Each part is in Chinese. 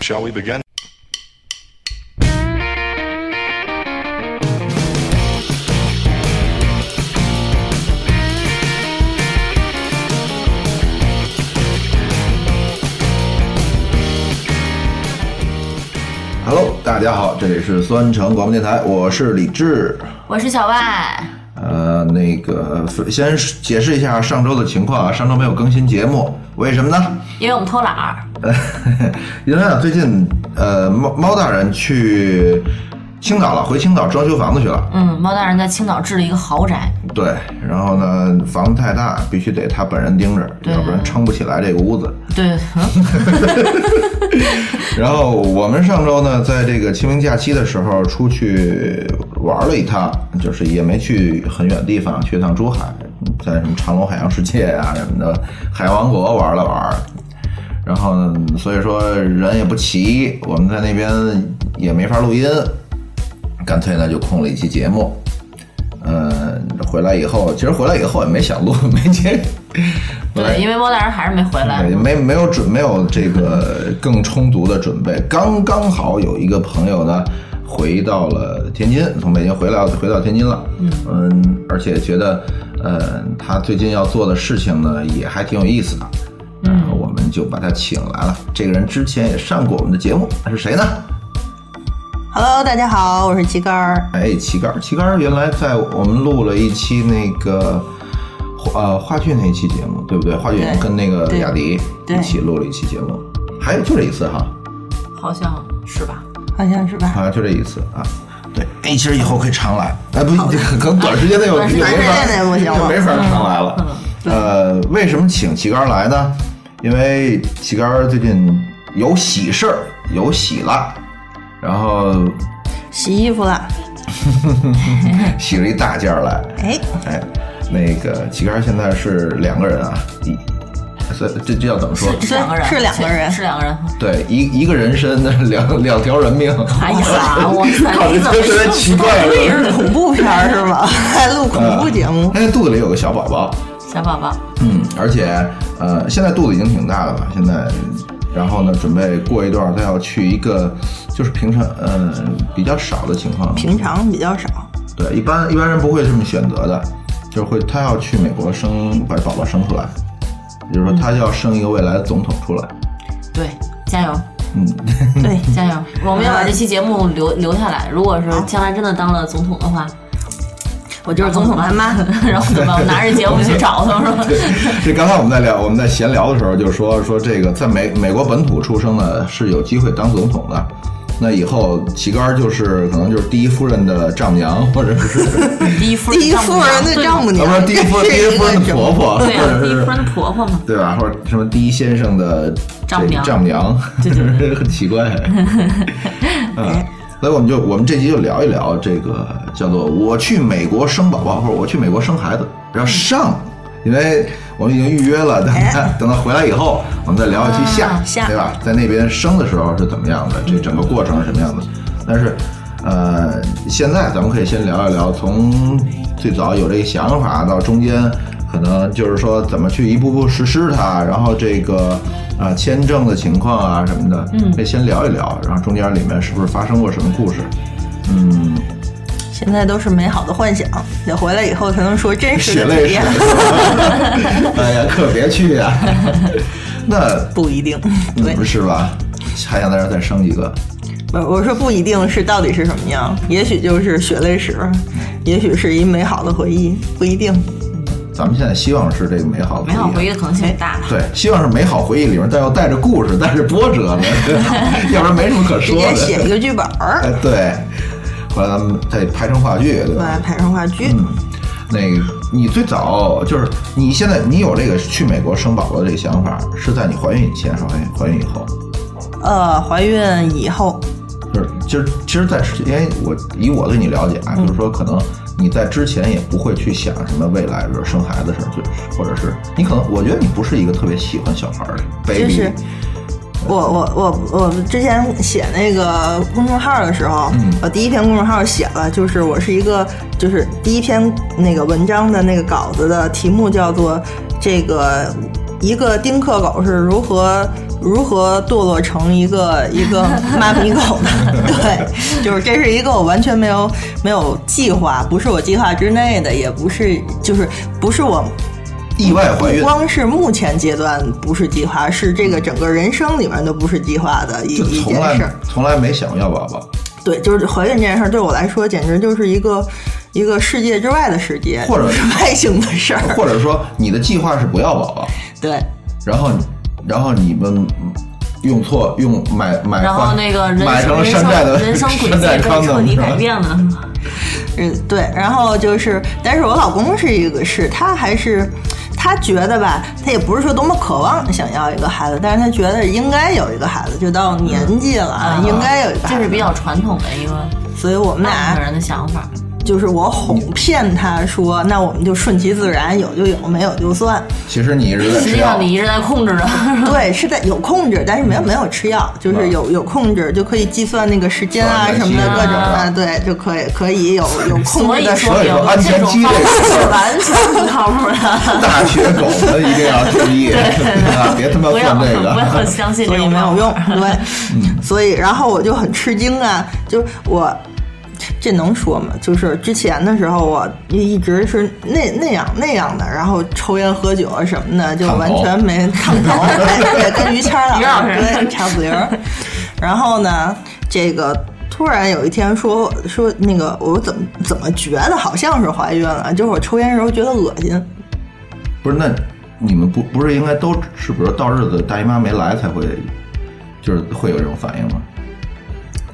Shall we begin? 哈喽，大家好，这里是酸橙广播电台，我是李志。我是小万，呃，那个先解释一下上周的情况啊，上周没有更新节目，为什么呢？因为我们偷懒儿， 因为啊，最近呃，猫猫大人去青岛了，回青岛装修房子去了。嗯，猫大人在青岛置了一个豪宅，对，然后呢，房子太大，必须得他本人盯着，对要不然撑不起来这个屋子。对，嗯然后我们上周呢，在这个清明假期的时候出去玩了一趟，就是也没去很远的地方，去趟珠海，在什么长隆海洋世界啊什么的海洋王国玩了玩。然后呢，所以说人也不齐，我们在那边也没法录音，干脆呢就空了一期节目。呃，回来以后，其实回来以后也没想录，没接。回来对，因为猫大人还是没回来，对，没没有准没有这个更充足的准备，刚刚好有一个朋友呢回到了天津，从北京回来回到天津了，嗯，而且觉得呃他最近要做的事情呢也还挺有意思的，然后我们就把他请来了。这个人之前也上过我们的节目，他是谁呢？ Hello，大家好，我是旗杆儿。哎，旗杆儿，旗杆儿原来在我们录了一期那个呃话剧那一期节目，对不对？话剧对跟那个对雅迪对一起录了一期节目，还有就这一次哈，好像是吧？好像是吧？好像就这一次啊。对，哎，其实以后可以常来，哎，不，这可能短时间内 有有短时没间法内不行了嗯就没法常来了。呃，为什么请旗杆儿来呢？因为旗杆儿最近有喜事儿，有喜了，然后洗衣服了。洗了一大件儿来。哎，哎，那个旗杆现在是两个人啊，一，所以这这要怎么说？是是两个人，是两个人是两个人。对，一一个人身 两两条人命。哎呀，我靠，这塞，你怎么特别奇怪这了。是恐怖片儿是吗？ 还录恐怖节目？他那呃肚子里有个小宝宝，小宝宝，嗯，而且呃，现在肚子已经挺大了吧？现在，然后呢，准备过一段儿他要去一个就是平常呃比较少的情况，平常比较少。对，一般一般人不会这么选择的，就是会他要去美国生把宝宝生出来，也就是说他要生一个未来的总统出来。对，加油。对，加油！我们要把这期节目留留下来。如果是将来真的当了总统的话，我就是总统他妈。 然后怎么办？我拿着节目去找他们，是吧？ 这刚才我们在聊，我们在闲聊的时候就说说这个在美美国本土出生的是有机会当总统的。那以后旗杆儿就是可能就是第一夫人的丈母娘，或者是 第一夫第一夫人的对丈母啊娘，不是第一夫 这第一是一夫人个的什婆么？婆，或对啊，者第一夫是人的婆婆嘛。 对吧？或者什么第一先生的这丈母娘丈母娘，对 对哎很奇 怪。嗯，所以我们就我们这集就聊一聊这个叫做“我去美国生宝宝”或者“我去美国生孩子”，然后上，因为我们已经预约了，等他哎等他回来以后，我们再聊一期下啊，下对吧？在那边生的时候是怎么样的，这整个过程是什么样的？但是。呃，现在咱们可以先聊一聊，从最早有这个想法到中间，可能就是说怎么去一步步实施它，然后这个啊签证的情况啊什么的，嗯，可以先聊一聊，然后中间里面是不是发生过什么故事？嗯，现在都是美好的幻想，得回来以后才能说真实血的泪体史验。， 哎呀，可别去呀、那不一定，对，不是吧？还想在这儿再生一个？我我说不一定是到底是什么样，也许就是血泪史，也许是一美好的回忆，不一定。咱们现在希望是这个美好的美好回忆忆。啊的可能性也大。对，希望是美好回忆里面，但要带着故事， 带着波折的，要不然没什么可直说接的。写一个剧本儿哎，，对，后来咱们再拍成话剧，对对吧？吧，拍成话剧。嗯，那个你最早就是你现在你有这个去美国生宝宝的这个想法，是在你怀孕以前，还是怀孕怀孕以后？呃，怀孕以后，就是其实其实在之前，因为我以我对你了解嗯啊，就是说可能你在之前也不会去想什么未来，比如生孩子的事儿，就或者是你可能我觉得你不是一个特别喜欢小孩儿的 baby，、就是我我我我之前写那个公众号的时候，我第一篇公众号写了，就是我是一个，就是第一篇那个文章的那个稿子的题目叫做这个一个丁克狗是如何如何堕落成一个一个妈咪狗的， 对，就是这是一个我完全没有没有计划，不是我计划之内的，也不是就是不是我意外怀孕不，光是目前阶段不是计划，是这个整个人生里面都不是计划的一就一从件事来儿。从来没想过要宝宝，对，就是怀孕这件事儿对我来说，简直就是一个一个世界之外的世界，或者是外星的事儿。或者说你的计划是不要宝宝，对，然后然后你们嗯用错用买买然后花那个人买成了山生人生寨的人生轨迹山寨被康彻的，底是吧改变了， 嗯，对，然后就是，但是我老公是一个，是他还是他觉得吧，他也不是说多么渴望想要一个孩子，但是他觉得应该有一个孩子，就到年纪了啊，嗯应该有一个孩这子，是比较啊传统的一个所以我们大部俩分人的想法。就是我哄骗他说，那我们就顺其自然，有就有，没有 就算。其实你一直在实吃际药上，你一直在 控制着，对，是在有控制，但是没有没有吃药，就是有有控制就可以计算那个时间啊啊什么的那各些种啊，啊对，就可以可以有有控所制以的时候。所说以有说安这全种机方这式个是完全不靠谱的。大学狗们一定要注意啊，别他妈 不碰要这不要个。啊相信所这以种没有方嗯法 用，对，所以然后我就很吃惊啊，就是我这能说吗？就是之前的时候我一一直是那那样那样的，然后抽烟喝酒啊什么的，就烫头完全没烫头，哎对，跟于谦 儿老于老师师对差不离儿。然后呢，这个突然有一天说说那个我怎么怎么觉得好像是怀孕了，就是我抽烟的时候觉得恶心。不是，那你们不不是应该都是，比如到日子大姨妈没来才会，就是会有这种反应吗？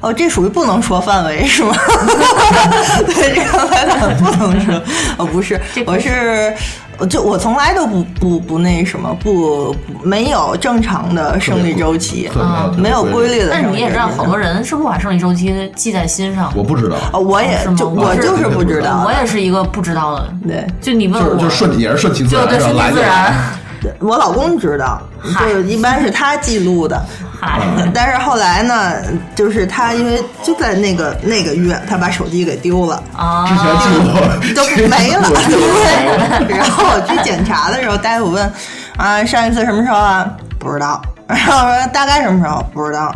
哦，这属于不能说范 围是吗？对，这个范围不能说。哦，不是，我是，我就我从来都不不不那什么，不不没有正常的生理周期，特啊别没有规律的但生理周期。是你也知道，好多人是不把生理周期记在心上。我不知道，哦，我也是吗就我我是就是不知道我，也是一个不知道的，对。就你问就是我，就顺也是顺其自就然，对是吧顺来其就自来然。对我老公知道，嗨就是一般是他记录的。嗨，但是后来呢，就是他因为就在那个那个月，他把手机给丢了。啊， 之前记 录。哦 都没了对， 然后我去检查的时候，大夫问啊，上一次什么时候啊？不知道。然后我说大概什么时候？不知道。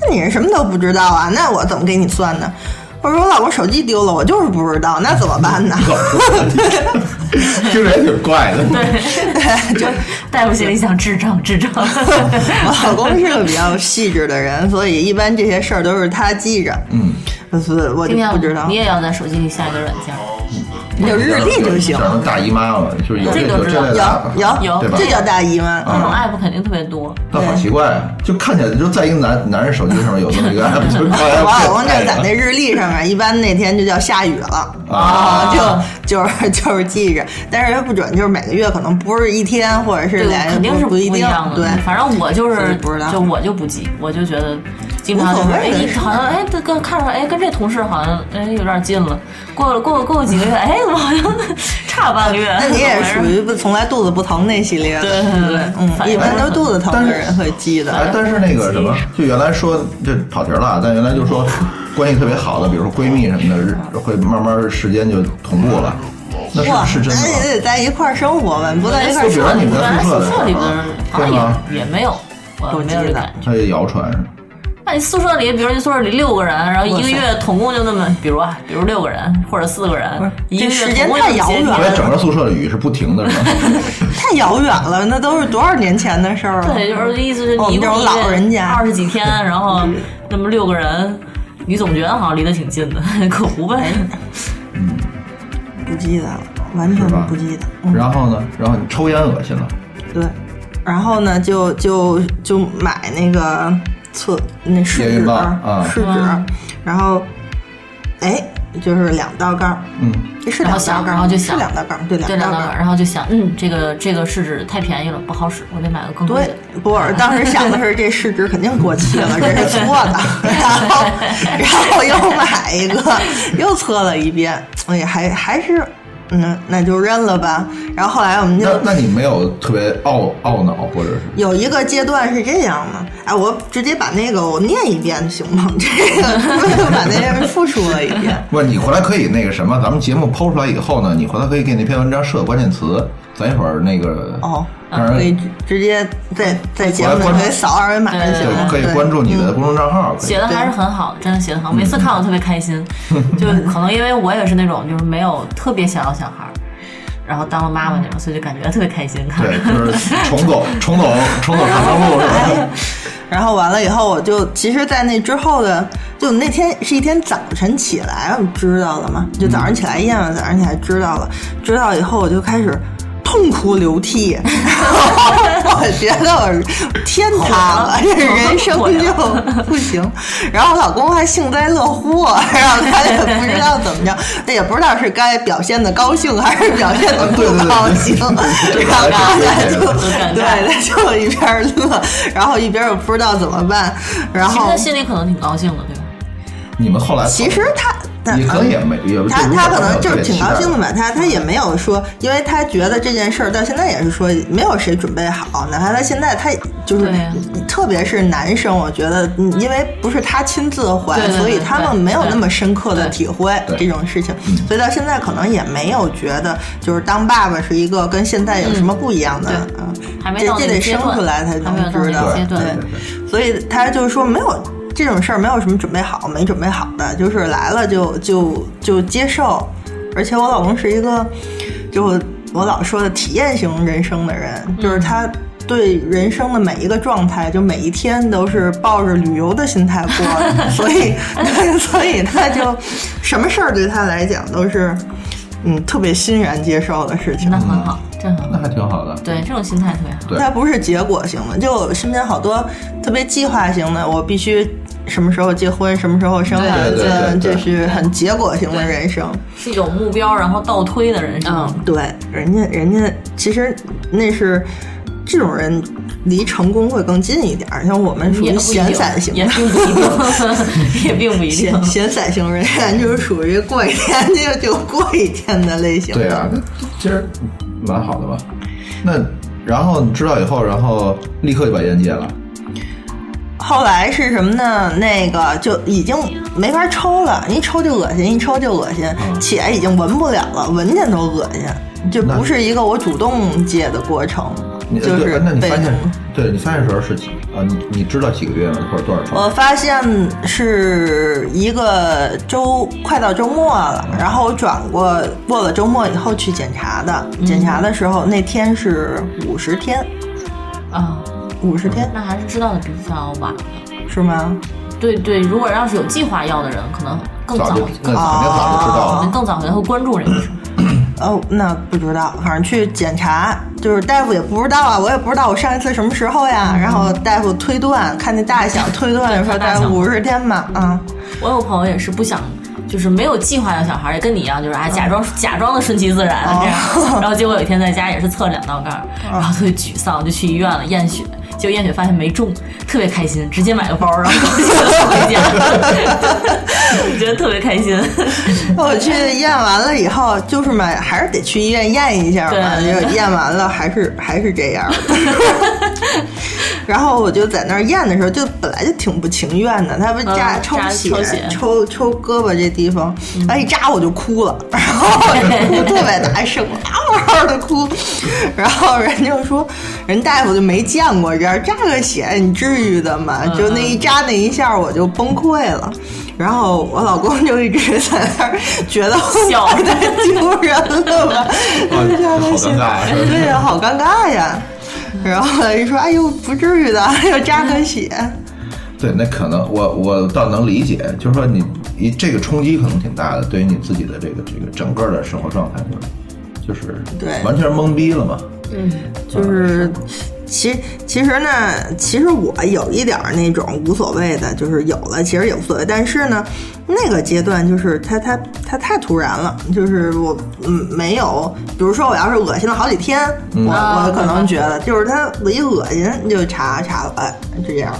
那你是什么都不知道啊？那我怎么给你算呢？我说我老公手机丢了，我就是不知道，那怎么办呢？ 听着也挺怪的。 就大夫心里想智障，智障。我老公是个比较细致的人，所以一般这些事儿都是他记着，嗯，所以我就今天不知道你。也要在手机里下一个软件，你就日历就行，像大姨妈嘛，就是有这个有知这道啊类的，有有对吧，这叫大姨妈。那种 app 肯定特别多。但好奇怪，啊就看起来就在一个男男人手机上面有这么一 个 app，就看起来我老公就在那日历上啊面，一般那天就叫下雨了啊就就是就是记着，但是它不准，就是每个月可能不是一天，或者是这个俩月，肯定是不一一定样的，嗯对。反正我就所以是不知道就我就不记，我就觉得经常就无是所哎谓，好像哎这跟看着哎跟这同事好像哎有点近了，过了过了过了几个月，哎怎么好像 差半个月？那你也属于于不从来肚子不疼那系列的，对对对嗯，反一般都是肚子疼但的是人会记的。哎，但是那个什么，就原来说这跑题儿了，但原来就说关系特别好的，比如说闺蜜什么的日，会慢慢时间就同步了，那哇，哎是是真那的也得在一块儿生活吧，你不在一块儿就比生如活说，你们在宿舍哎宿的时舍候里边儿好对吗像也也没有，我我没有记这得感觉。吗？它也谣传，那你宿舍里，比如宿舍里六个人，然后一个月总共就那么，比如啊，比如六个人或者四个人，一个这月时间总共太就遥几远个了所以人整个宿舍的雨是不停的，是吧？ 太遥远了，那都是多少年前的事儿了。对，就是意思是我你一们这共种一哦老人家嗯二十几天，然后那么六个人，你总觉得好像离得挺近的， 可不哎呗？不记得了，完全是吧不记得。嗯然后呢，然后你抽烟恶心了，对，然后呢，就就就买那个厕那验试孕纸，棒啊试纸嗯，然后哎，就是两道杠儿，嗯，这是然后两道想杠儿，然后就是想两道杠儿，对，对，两两道个杠人，儿。然后就想，嗯，这个这个试纸太便宜了，不好使，我得买个更贵对的。，不，我当时想的是这试纸肯定过期了，这是错 的，然后然后又买一个，又测了一遍，哎，还还是，嗯，那就认了吧。然后后来我们就那那你没有特别懊懊恼或者是？有一个阶段是这样的，哎，我直接把那个我念一遍行吗？ 这个把那个复述了一遍。不，你回来可以那个什么，咱们节目抛出来以后呢，你回来可以给那篇文章设关键词，咱一会儿那个哦，让可以人直直接在在节目我里来关可以扫二维码就行了对，可以啊对关注你的公众账号，可以写的还是很好，真的写嗯的很好，每次看我特别开心。就可能因为我也是那种就是没有特别想要小孩儿，然后当了妈妈那种，所以就感觉特别开心。看着 对，就是重走重走重走长征路是吧？然后完了以后，我就其实，在那之后的，就那天是一天早晨起来，我知道了嘛，就早上起来验了，早上起来知道了，知道以后我就开始痛哭流涕，然后我觉得我天塌了，这人生就不行。然后我老公还幸灾乐祸，然后他也不知道怎么着，他也不知道是该表现的高兴还是表现的不高兴，然后他就对他就一边乐，然后一边又不知道怎么办，然其实后他心里可能挺高兴的，对吧？你们后来其实他。嗯也可能也没也他就如果他可没能有就是特别挺期待高兴的嘛，他他也没有说，因为他觉得这件事儿到现在也是说没有谁准备好，哪怕他现在他就是对呀，特别是男生，我觉得嗯因为不是他亲自怀对，对对所以他们没有那么深刻的对体会对这种事情，所以到现在可能也没有觉得就是当爸爸是一个跟现在有什么不一样的嗯，嗯，还没这到这那得个阶生段出来才还能没有到知那道个，阶对段对对所以他就说没有这种事儿，没有什么准备好，没准备好的，就是来了就就就接受。而且我老公是一个，就我我老说的体验型人生的人，就是他对人生的每一个状态，就每一天都是抱着旅游的心态过 的，所以所以他就什么事儿对他来讲都是嗯特别欣然接受的事情那。很好，这很那好。还挺好的。对，这种心态特别好。对它不是结果型的，就我身边好多特别计划型的，我必须什么时候结婚，什么时候生孩对对子对，对这是很结果型的人生。是有目标然后倒推的人生。嗯，对，人家人家其实那是这种人离成功会更近一点儿，像我们嗯属也于不一定闲散型也的。并不 一定，也并不一定闲。闲散型人员就是属于过一天就就过一天的类型。对啊，那其实蛮好的吧？那然后你知道以后，然后立刻就把烟戒了。后来是什么呢？那个就已经没法抽了，一抽就恶心，一抽就恶心，嗯且已经闻不了了，闻见都恶心。这不是一个我主动戒的过程你，就呃对是那你被发动现。，对你发现的时候是几啊？你你知道几个月吗？或者多少周？我发现是一个周快到周末了，嗯然后我转过过了周末以后去检查的，嗯检查的时候那天是五十天，啊，五十天那还是知道的比较晚的。是吗？对对，如果要是有计划要的人，可能更早早就就，那肯定早就知道可了哦。能更早可能会关注这个事儿。哦，那不知道，反正去检查，就是大夫也不知道啊，我也不知道我上一次什么时候呀。嗯然后大夫推断，看那 大小推断说大概五十天吧，嗯啊、我有朋友也是不想，就是没有计划要小孩，也跟你一样，就是啊，假装假装的顺其自然嗯哦嗯这 样。然后结果有一天在家也是测两道杠，然后特别沮丧，就去医院了验血，结果验血发现没中，特别开心，直接买个包，然后高兴的回家， 我觉得特别开心。我去验完了以后，就是嘛，还是得去医院验一下嘛。对就验完了，还是还是这样 的。然后我就在那儿验的时候，就本来就挺不情愿的，他不扎、嗯抽扎血、抽血抽抽胳膊这地方，他一扎我就哭了， 然后我就哭特别大声，嗷嗷的哭。 然后人就说，人大夫就没见过这样扎个血，你至于的吗？就那一扎那一下，我就崩溃了。然后我老公就一直在那儿觉得我笑太丢人了 吧，就扎哦好个血尴尬啊是吧对呀，好尴尬呀。然后人说：“哎呦，不至于的， 要扎个血。对，那可能我我倒能理解，就是说你一这个冲击可能挺大的，对于你自己的这个这个整个的生活状态就是就是对完全懵逼了嘛。”就是，其其实呢，其实我有一点儿那种无所谓的，就是有了其实也无所谓。但是呢，那个阶段就是它它它太突然了，就是我嗯没有，比如说我要是恶心了好几天，我啊我可能觉得就是它我一恶心你就查查了，哎，是这样。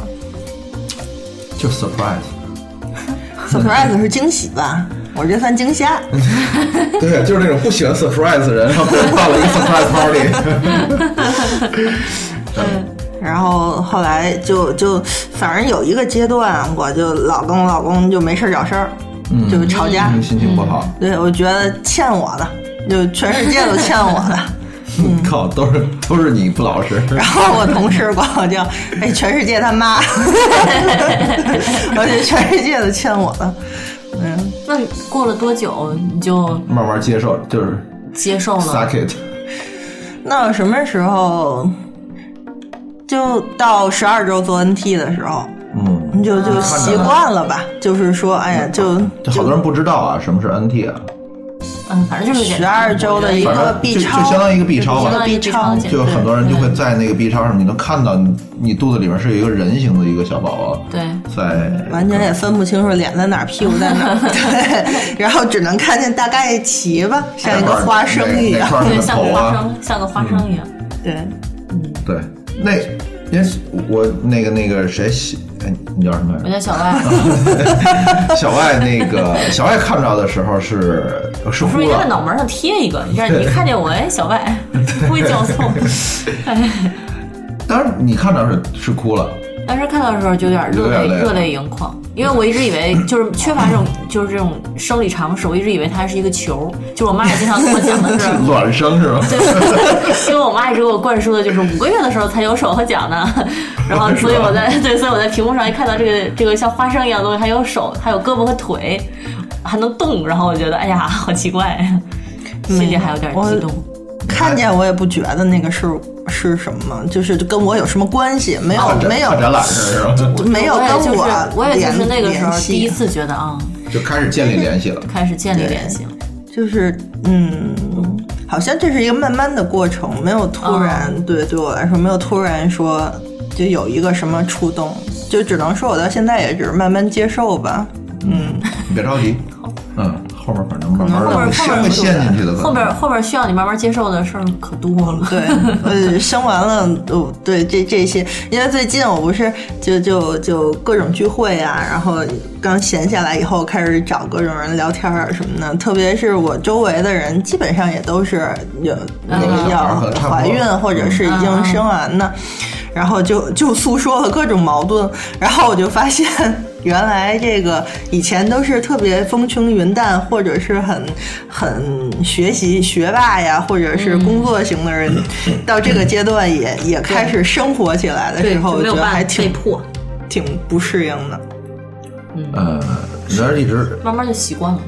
就 surprise。 surprise 是惊喜吧？我这算惊吓。 对，就是那种不喜欢 surprise 的人，然后给我办了一个 surprise party。然后后来就就反正有一个阶段，我就老跟我老公就没事儿找事儿，嗯就吵架。心情不好， 对，我觉得欠我的，就全世界都欠我的。靠，都是都是你不老 实。然后我同事管我叫哎全世界他 妈，我觉得全世界都欠我了。嗯，那过了多久你就慢慢接受，就是嗯接受了？ suck it。那什么时候就到十二周做 NT 的时候，嗯，你就就习惯了吧？就是说，哎呀，就这好多人不知道啊，什么是 NT 啊？嗯，反正就是检查12周的我觉得一个反正，B 就就超相当于一个 B 超吧相当。于 B 超超检就很多人就会在那个 B 超上，你能看到你你肚子里面是有一个人形的一个小宝宝对在，完全也分不清楚脸在哪儿，屁股在 哪儿，对，然后只能看见大概齐吧，像一个花生一样哪，块对，是像头个花啊？生，像个花生一样。对，对，那因为我那个那个谁，哎，你叫什么来我着？叫小 外，小外那个 小外看到的时候是是是哭不是应该在了，脑门上贴一个？让你一看见我，哎，小外，不会叫 错。哎，当然你看到是是哭了，当时看到的时候就有点热有点泪累了热泪盈眶，因为我一直以为就是缺乏这种 就是这种生理常识，我一直以为它是一个球，就是我妈也经常跟我讲 的是。卵生是吧？对，因为我妈一直给我灌输的就是五个月的时候才有手和 脚呢，然后所以我在对，所以我在屏幕上一看到这个这个像花生一样的东西，还有手，还有胳膊和腿，还能动，然后我觉得哎呀，好奇怪，心里还有点激动。看见我也不觉得那个是是什么，就是跟我有什么关系，没有看展没有看展览是吧？没有我跟也就是我也就联是那个时候联第一系，次觉得啊，就开始建立联系了。开始建立联系了。就是嗯。好像这是一个慢慢的过程，没有突啊然，对对我来说没有突然说就有一个什么触动，就只能说我到现在也只是慢慢接受吧。你别着急，嗯，后面反正慢慢可能后的面会陷会陷进去的。后边嗯后边需要你慢慢接受的事儿可多了。对，呃，生完了，哦，对，这这些，因为最近我不是就就就各种聚会啊，然后刚闲下来以后，开始找各种人聊天儿什么的，特别是我周围的人，基本上也都是有那嗯小孩儿个要差不多怀孕或者是已经生完的，然后就就诉说了各种矛盾， 然后我就发现。 原来这个以前都是特别风轻云淡，或者是很很学习学霸呀，或者是工作型的人，嗯 到这个阶段也也开始生活起来的时候，我没觉有得办法还被挺迫，挺不适应的。呃，咱一直慢慢就习惯了。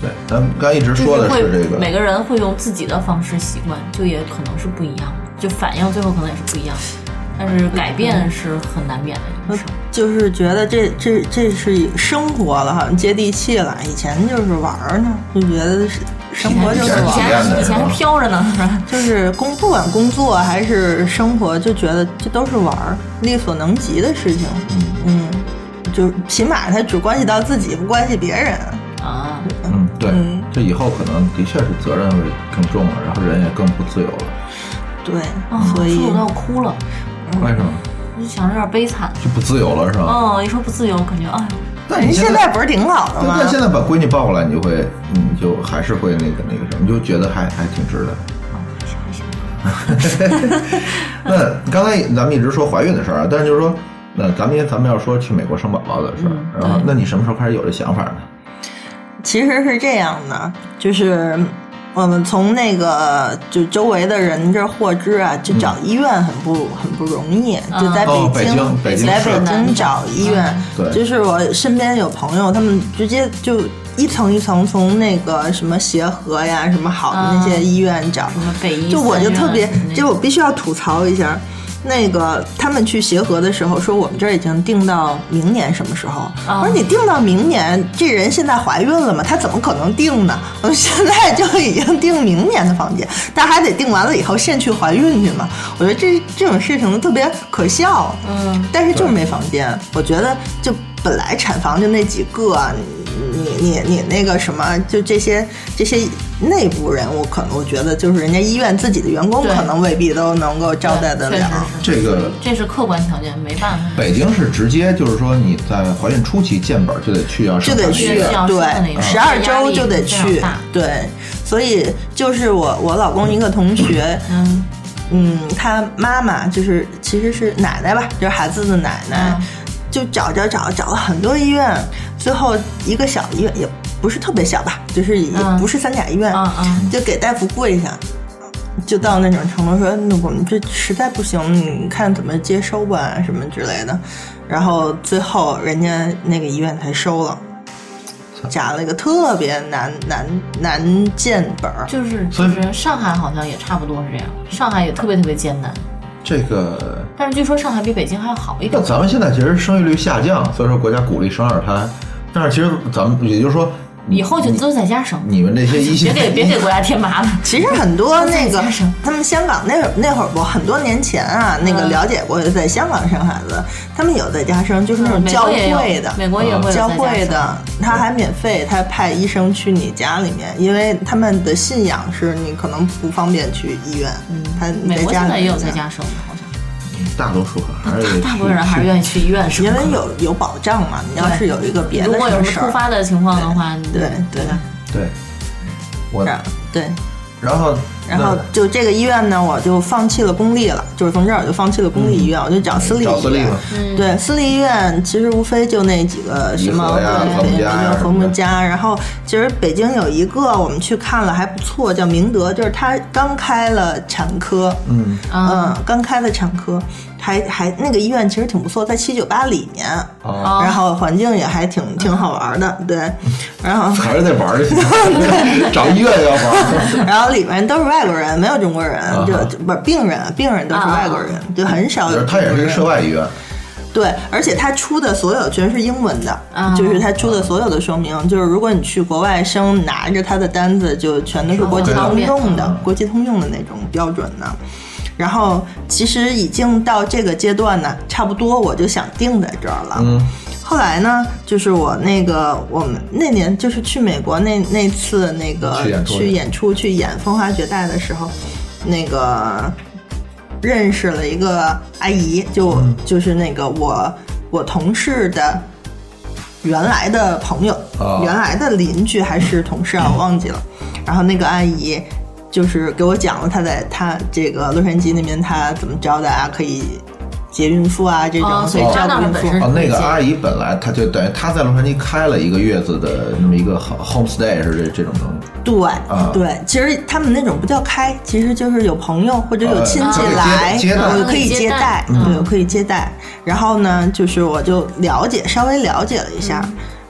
对，咱们刚一直说的就是是这会每个，个人会用自己的方式习惯，就也可能是不一样，就反应最后可能也是不一样，但是改嗯变是很难免的一个事儿。就是觉得这这这是一生活了，好像接地气了。以前就是玩儿呢，就觉得是生活就是以玩以体验儿，的前以前还飘着呢，是吧？就是工不管工作还是生活，就觉得这都是玩儿，力所能及的事情。嗯，就起码它只关系到自己，不关系别人。啊，嗯，对嗯，这以后可能的确是责任会更重了，然后人也更不自由了。对，啊所说以我都要哭了，为什么？我就想着有点悲惨。就不自由了是吧？哦，一说不自由，感觉哎呦，但您你现现在。不是挺好的但吗但？现在把闺女抱过来，你就会，你就还是会那个那个什么，你就觉得还还挺值得。啊还行那刚才咱们一直说怀孕的事儿啊，但是就是说，那咱们因为咱们要说去美国生宝宝的事儿，然后那你什么时候开始有这想法呢？其实是这样的，就是我们从那个就周围的人这儿获知啊，就找医院很不、很不容易，嗯就在哦北北京，京北京在是北京找医院，对就是我身边有朋友，他们直接就。一层一层从那个什么协和呀，什么好的那些嗯医院找，什么北医三院，就我就特别，就就我必须要吐槽一下，那个他们去协和的时候说我们这儿已经定到明年什么时候？啊我说你定到明年，这人现在怀孕了吗？他怎么可能定呢？我们现在就已经定明年的房间，但还得定完了以后先去怀孕去嘛？我觉得这这种事情特别可笑。嗯，但是就是没房间。我觉得就本来产房就那几个，你你你那个什么，就这些这些内部人，我可能我觉得就是人家医院自己的员工对可能未必都能够招待得嗯对确了实。这是个这是客观条件，没办法。北京是直接就是说你在怀孕初期建本儿就得去要就生得产去，医院要生的那对，个十二压周力就得非常去大，对，所以就是我我老公一个同学，嗯，嗯，他妈妈就是其实是奶奶吧，就是孩子的奶奶，嗯就找找找找了很多医院，最后一个小医院也不是特别小吧，就是也嗯不是三甲医院，嗯嗯就给大夫跪下，就到那种程度说，那我们这实在不行，你看怎么接收吧，什么之类的。然后最后人家那个医院才收了，展了一个特别难难难见本儿，就是所就以是上海好像也差不多是这样，上海也特别特别艰难，这个，但是据说上海比北京还要好一那点。咱们现在其实生育率下降，所以说国家鼓励生二胎，但是其实咱们也就是说，以后就都在家生，你们这些一别线 给别给国家添麻烦。其实很多那个在家生他们香港那会儿那会儿，我很多年前啊，那个嗯了解过，在香港生孩子，他们有在家生，就是那种嗯美嗯教国也有会的，美国也会有教在家会生的，他还免费，他派医生去你家里面，因为他们的信仰是你可能不方便去医院，他你嗯美在国家现在里也有面在，家生的，好像大多数还是大部分人还是愿意去医院生。因为有有保障嘛，你要对是有一个别的如果什有么什事么突儿，发的情况的话，你对对对吧？对。我是对。然后然后就这个医院呢，我就放弃了公立了，就是从这儿我就放弃了公立医院，我就找私立医院。嗯找私立嘛对，私立医院其实无非就那几个什么颐和呀对和睦对家呀对什和么睦的家。然后其实北京有一个我们去看了还不错，叫明德，就是它刚开了产科，嗯啊嗯，刚开了产科，还还那个医院其实挺不错，在七九八里面，啊，哦然后环境也还挺挺好玩的，对，然后。 还是得玩儿去， 找医院要玩儿。然后里面都是外国人，没有中国人，啊哈就就不是病人，病人都是外国人，就很少有。它也是一个涉外医院，对，而且他出的所有全是英文的，啊就是他出的所有的说明，就是如果你去国外生，拿着他的单子就全都是国际通用的，国际通用的那种标准的。然后其实已经到这个阶段呢，差不多我就想定在这儿了。嗯，后来呢，就是我那个我们那年就是去美国那那次那个去演出去演出去演《风华绝代》的时候，那个认识了一个阿姨，就、就是那个我我同事的原来的朋友，哦原来的邻居还是同事啊，我忘记了。然后那个阿姨就是给我讲了她在她这个洛杉矶那边她怎么招待啊，可以接孕妇啊这种，哦所以所以照张大人顾孕本妇。身哦，那个阿姨本来她就等于她在洛杉矶开了一个月子的那么一个 home stay 是这这种东西，对、啊对，其实他们那种不叫开，其实就是有朋友或者有呃亲戚可以接来，呃接待我可以接待，嗯对，我可以接待。然后呢，就是我就了解稍微了解了一下，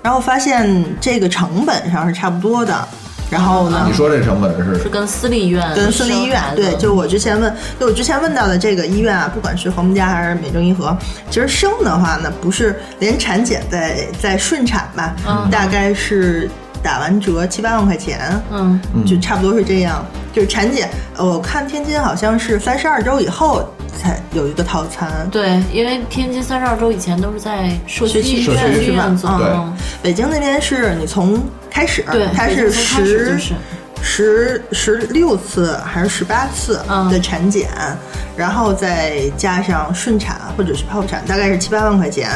然后发现这个成本上是差不多的。然后呢你，说这成本是是跟私立医院跟私立医院生孩子对，就我之前问，就我之前问到的这个医院啊，不管是和睦家还是美中医和，其实生的话呢，不是连产检在在顺产吧，嗯大概是打完折七八万块钱，嗯就差不多是这样。就是产检，呃我看天津好像是三十二周以后才有一个套餐，对，因为天津三十二周以前都是在社区社区医社院区医是吧院做嗯的，北京那边是你从开始，对，嗯它北京是从开始十 就是十十六次还是十八次嗯的产检，然后再加上顺产或者是剖腹产，大概是七八万块钱。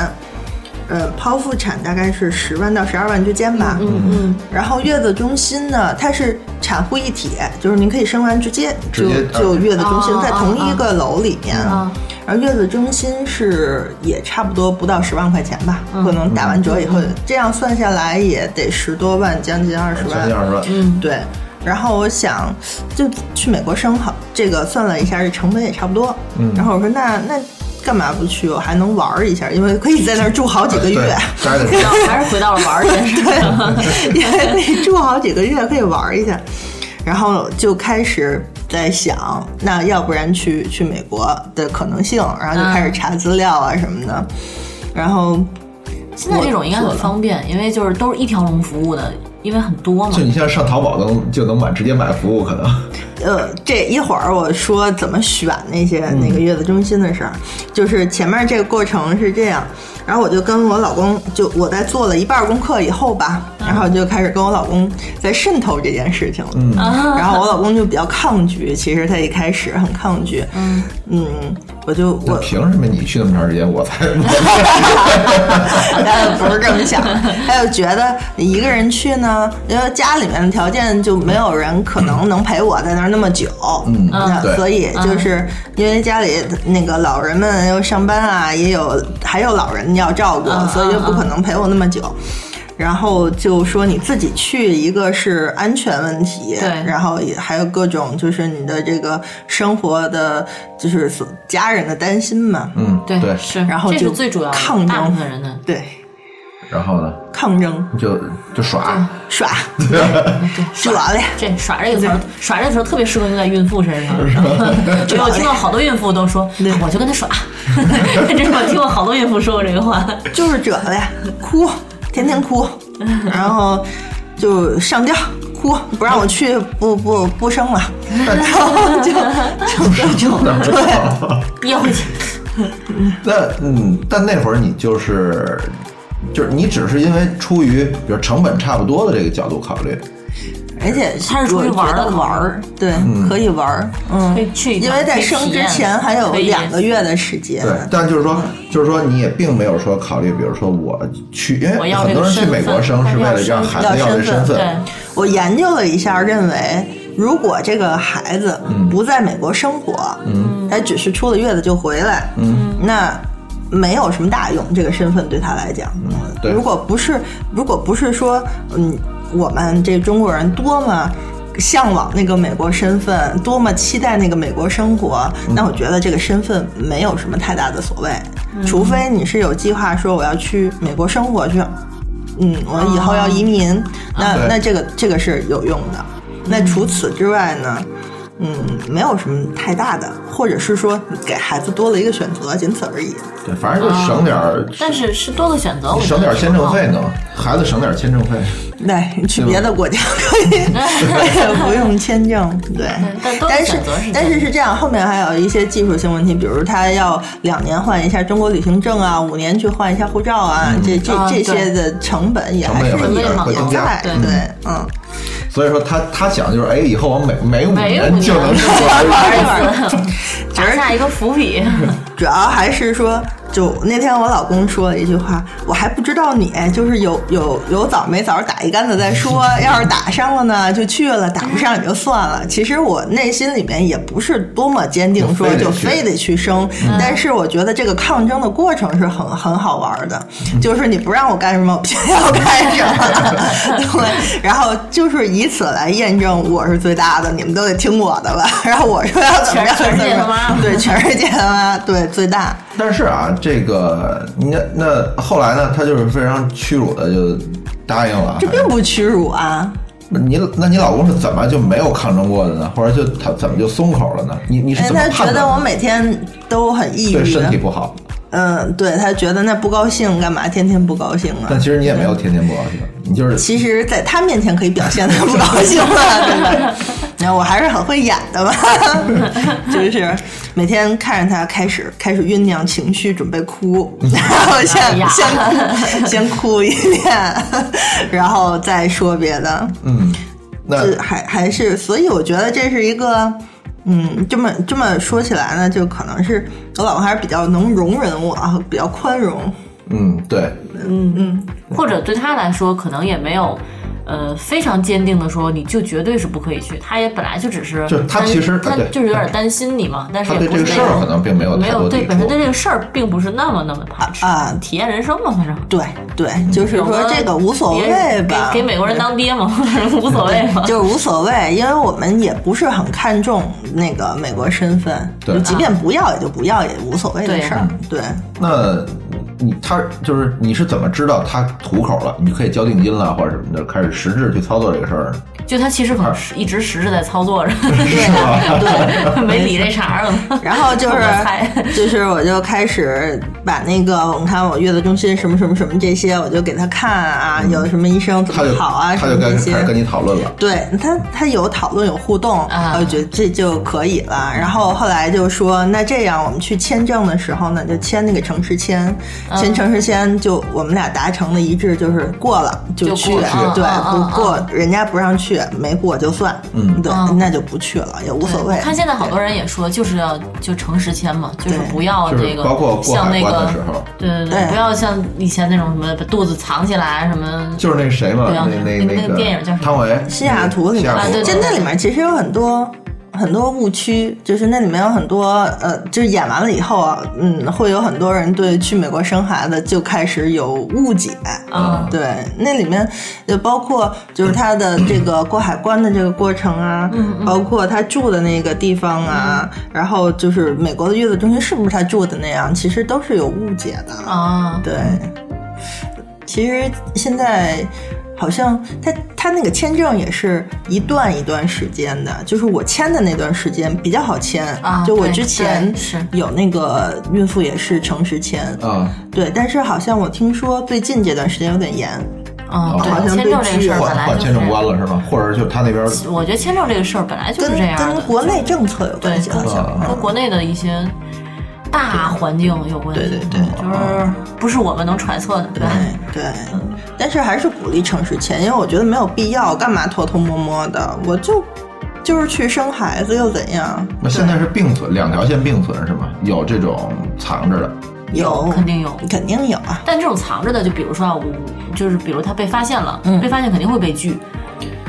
呃，剖腹产大概是十万到十二万之间吧。嗯嗯，然后月子中心呢，它是产护一体，就是您可以生完直接直就接嗯就月子中心哦在同一个楼里面。哦然后月子中心是也差不多不到十万块钱吧，嗯可能打完折以后，这样算下来也得十多万，将近二十将近二十万，对，然后我想就去美国生好，这个算了一下，这成本也差不多。嗯然后我说那那干嘛不去？我还能玩儿一下，因为可以在那儿住好几个对月。待的然后还是回到了玩儿这件事 对，因为可以住好几个月，可以玩儿一下。然后就开始在想，那要不然去去美国的可能性，然后就开始查资料啊什么的。然后现在这种应该很方便，因为就是都是一条龙服务的，因为很多嘛就。你现在上淘宝能就能买直接买服务，可能呃，这一会儿我说怎么选那些那个月子中心的事儿，就是前面这个过程是这样，然后我就跟我老公，就我在做了一半儿功课以后吧，然后就开始跟我老公在渗透这件事情，嗯，啊然后我老公就比较抗拒，其实他一开始很抗拒，嗯我就那我 凭什么你去那么长时间我 才？ 他不是这么想，他就觉得一个人去呢，因为家里面的条件就没有人可能能陪我在那儿那么久，嗯那对所以就是因为家里那个老人们又上班啊，也有还有老人要照顾，所以就不可能陪我那么久。然后就说你自己去，一个是安全问题，对然后也还有各种就是你的这个生活的，就是所家人的担心嘛，嗯，对对，是，然后这就是最主要的，抗争大部分人的对，然后呢，抗争就就耍， 耍对耍耍嘞，这耍这个词儿，耍这个词儿特别适合用在孕妇身上。 因为我听到好多孕妇都 说，啊我就跟他耍， 这是我听过好多孕妇说过这个话。就是这嘞，哭，天天哭，然后就上吊。哭，不让我去，不不不生了， 然后就就就 对，憋回去，那嗯，但那会儿你就是就是你只是因为出于比如成本差不多的这个角度考虑，而且他是出去玩儿的我觉得玩儿，对，可以玩儿，可嗯，以去一趟，因为在生之前还有可以体验两个，月的时间对，，但就是说，嗯就是说，你也并没有说考虑，比如说我去，因我为要很这个多人去身美国份生是为要了让身孩要子要这身份身对份，嗯我研究了一下，认为如果这个孩子不在美国生活，嗯，他只是出了月子就回来，嗯，那。没有什么大用，这个身份对他来讲，嗯对如果不是如果不是说，嗯，我们这中国人多么向往那个美国身份，多么期待那个美国生活，那我觉得这个身份没有什么太大的所谓，除非你是有计划说我要去美国生活去，嗯，我以后要移民，那啊对那这个这个是有用的。嗯那除此之外呢，嗯，没有什么太大的，或者是说给孩子多了一个选择，仅此而已。对，反正就啊省点儿，但是是多个选择，我觉得省点儿签证费挺好。呢，孩子省点儿签证费，对，去别的国家可 以，对，不用签证。对嗯但都，有但是选择是但这是样是这样，后面还有一些技术性问题，比如他要两年换一下中国旅行证啊，五年去换一下护照啊，这这啊这对些的成本也成还本是也会也会增加在，对对，嗯。所以说他他想的就是，哎，以后我每每五每五年就能年出玩国，儿 一次，儿打下一个伏笔。主要还是说，就那天我老公说了一句话，我还不知道你就是有有有枣没枣打一竿子再说，要是打上了呢就去了，打不上也就算了。 其实我内心里面也不是多么坚定说就就非非得去生，但是我觉得这个抗争的过程是很很好玩的，就是你不让我干什么，我偏要干什么， 对，然后就是以此来验证我是最大的，你们都得听我的吧。然后我说要怎么样全世界他妈对，全世界他妈啊对最大。 但是啊，这个那那后来呢，他就是非常屈辱的就答应了，这并不屈辱啊，你那你老公是怎么就没有抗争过的呢？或者就他怎么就松口了呢？你你是因为怎么哎他觉判断得我的？每天都很抑对郁，身体不好，嗯，对他觉得那不高兴，干嘛天天不高兴啊但？其实你也没有天天不高兴，你就是其实，在他面前可以表现的不高兴了，对吧？ 那我还是很会演的吧， 就是每天看着他开始开始酝酿情绪，准备哭，嗯 然后哎呀先先哭先 哭一遍， 然后再说别的。嗯，那就呃还还是，所以我觉得这是一个，嗯，这么这么说起来呢，就可能是我老公还是比较能容忍我，啊，比较宽容。嗯对， 或者对他来说，可能也没有，呃，非常坚定的说你就绝对是不可以去。他也本来就只是担，就是他其实他对就是有点担心你嘛，但是他也对不这是个事儿可能并没有没太有多对抵本身触对，这个事儿并不是那么那么排斥啊体验人生嘛，反正。对对，就是嗯有说个这个无所别谓人吧，给给美国人当爹嘛， 无所谓嘛。就是无所谓，因为我们也不是很看重那个美国身份，对就即便不要也就不要，也无所谓的对事儿。对，那你他就是你是怎么知道他吐口了？你可以交定金了或者什么的，开始实质去操作这个事 儿呢，就他其实啊可能是一直实着在操 作着，是啊吧？没理这茬儿了。然后就我猜是 就是我就开始把那个我看我月子中心什么什么什么这些，我就给他看啊，嗯有什么医生怎他么就好啊，他什就么开这始些开始。跟你讨论了，对他，他有讨论有互动，啊我觉得这就可以了。然后后来就说，那这样我们去签证的时候呢，就签那个城市签，嗯签城市签就我们俩达成的一致就是过了就就去，过了啊对，啊啊啊不过人家不让去，没过就算，嗯对，嗯那就不去了，也无所谓我。看现在好多人也说，就是要就诚实签嘛，就是对不要就这是个，包括过像海哦那关个的时候，对对对对，不要像以前那种什么把肚子藏起来什么。就是那谁嘛，对啊那那个那那个电影叫什么汤唯，西雅图里面西雅啊图对就对那里面其实有很多很很多误区，就是那里面有很多呃，就是演完了以后啊，嗯，会有很多人对去美国生孩子就开始有误解。嗯，对，那里面就包括就是他的这个过海关的这个过程啊，嗯包括他住的那个地方啊，然后就是美国的月子中心是不是他住的那样，其实都是有误解的。嗯啊，对，其实现在好像他他那个签证也是一段一段时间的，就是我签的那段时间比较好签。啊就我对之对前嗯是有那个孕妇也是诚实签，啊，对，但是好像我听说最近这段时间有点严。嗯，好对，像签被证这个拒事儿了本换来换就是签这证样。关了是吗？或者就他那边我觉得签证这个事儿本来就跟是这样的，跟国内政策有关系，对好像啊跟国内的一些大环境有关系，对对对就是不是我们能揣测的，对吧对，但是还是鼓励诚实签，因为我觉得没有必要，干嘛偷偷摸摸的？我就就是去生孩子又怎样？那现在是并存，两条线并存是吗？有这种藏着的，有肯定有。肯定有啊，但这种藏着的，就比如说啊，我就是比如他被发现了，被发现肯定会被拒，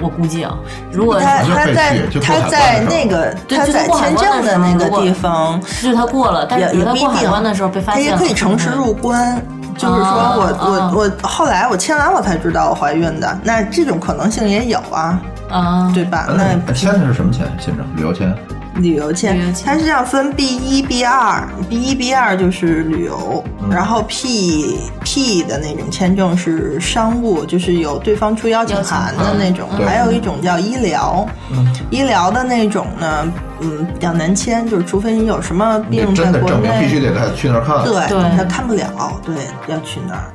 我估计啊，如果他好像他被在拒就过他海在关的时候那个对他就是在过海签关证的时的候那个如果地方就是他过了，但也是比如也他不一过海定关的时候被发他现也了，可以诚实入关。就是说啊我、啊我我后来我签完我才知道我怀孕的，那这种可能性也有啊，啊，对吧？哎那那签的是什么签？签证旅游签旅游旅游签，签它是要分 B 一、B 二，B 一、B 二就是旅游，嗯然后 P P 的那种签证是商务，就是有对方出邀请函的那邀请种函嗯，对还有一种叫医疗，嗯医疗的那种呢，嗯，比较难签，就是除非你有什么你病在真的国证明必须内，得在去那儿看。啊对，对他看不了，对，要去那儿，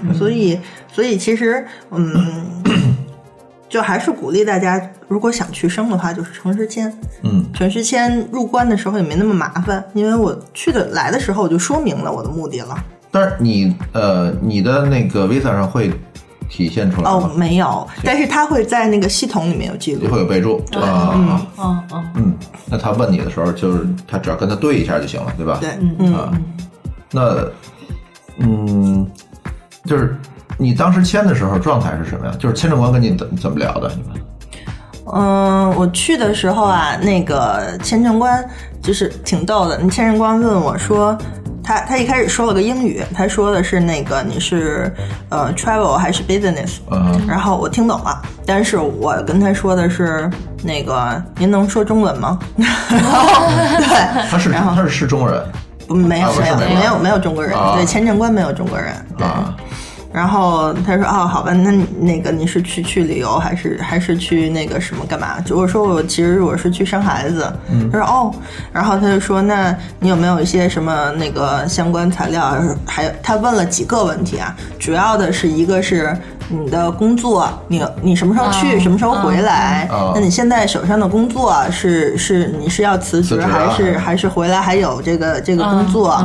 嗯所以所以其实 嗯。就还是鼓励大家，如果想去生的话，就是诚实签。嗯，全时签入关的时候也没那么麻烦，因为我去的来的时候我就说明了我的目的了。但是你呃，你的那个 Visa 上会体现出来哦吗，？没有，但是他会在那个系统里面有记也录。会有备注对啊。啊嗯嗯，嗯，那他问你的时候，就是他只要跟他对一下就行了，对吧？对，嗯啊，那嗯，就是你当时签的时候状态是什么样？就是签证官跟你怎怎么聊的？你们嗯，我去的时候啊，那个签证官就是挺逗的。那签证官问我说，他他一开始说了个英语，他说的是那个你是呃 travel 还是 business， 嗯然后我听懂了，但是我跟他说的是那个您能说中文吗？ 然后对，他是然后他是是中人不没有啊不没是有美国人没有没有中国人啊，对签证官没有中国人，对。啊，然后他说哦，好吧，那你那个你是去去旅游还是还是去那个什么干嘛？就我说我其实我是去生孩子，他说哦，然后他就说那你有没有一些什么那个相关材料？还有他问了几个问题啊，主要的是一个是你的工作，你你什么时候去，嗯什么时候回来？嗯嗯那你现在手上的工作是是你是要辞辞职职啊还是还是回来还有这个这个工作？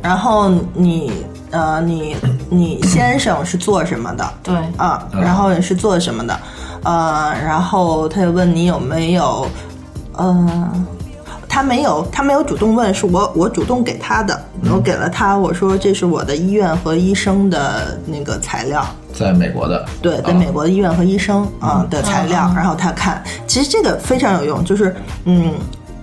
然后你呃，你你先生是做什么的？对，啊，嗯然后你是做什么的？呃，然后他就问你有没有，呃，他没有，他没有主动问，是我我主动给他的，我给了他，我说这是我的医院和医生的那个材料，在美国的对，在啊嗯美国的医院和医生啊的材料，然后他看，其实这个非常有用，就是嗯。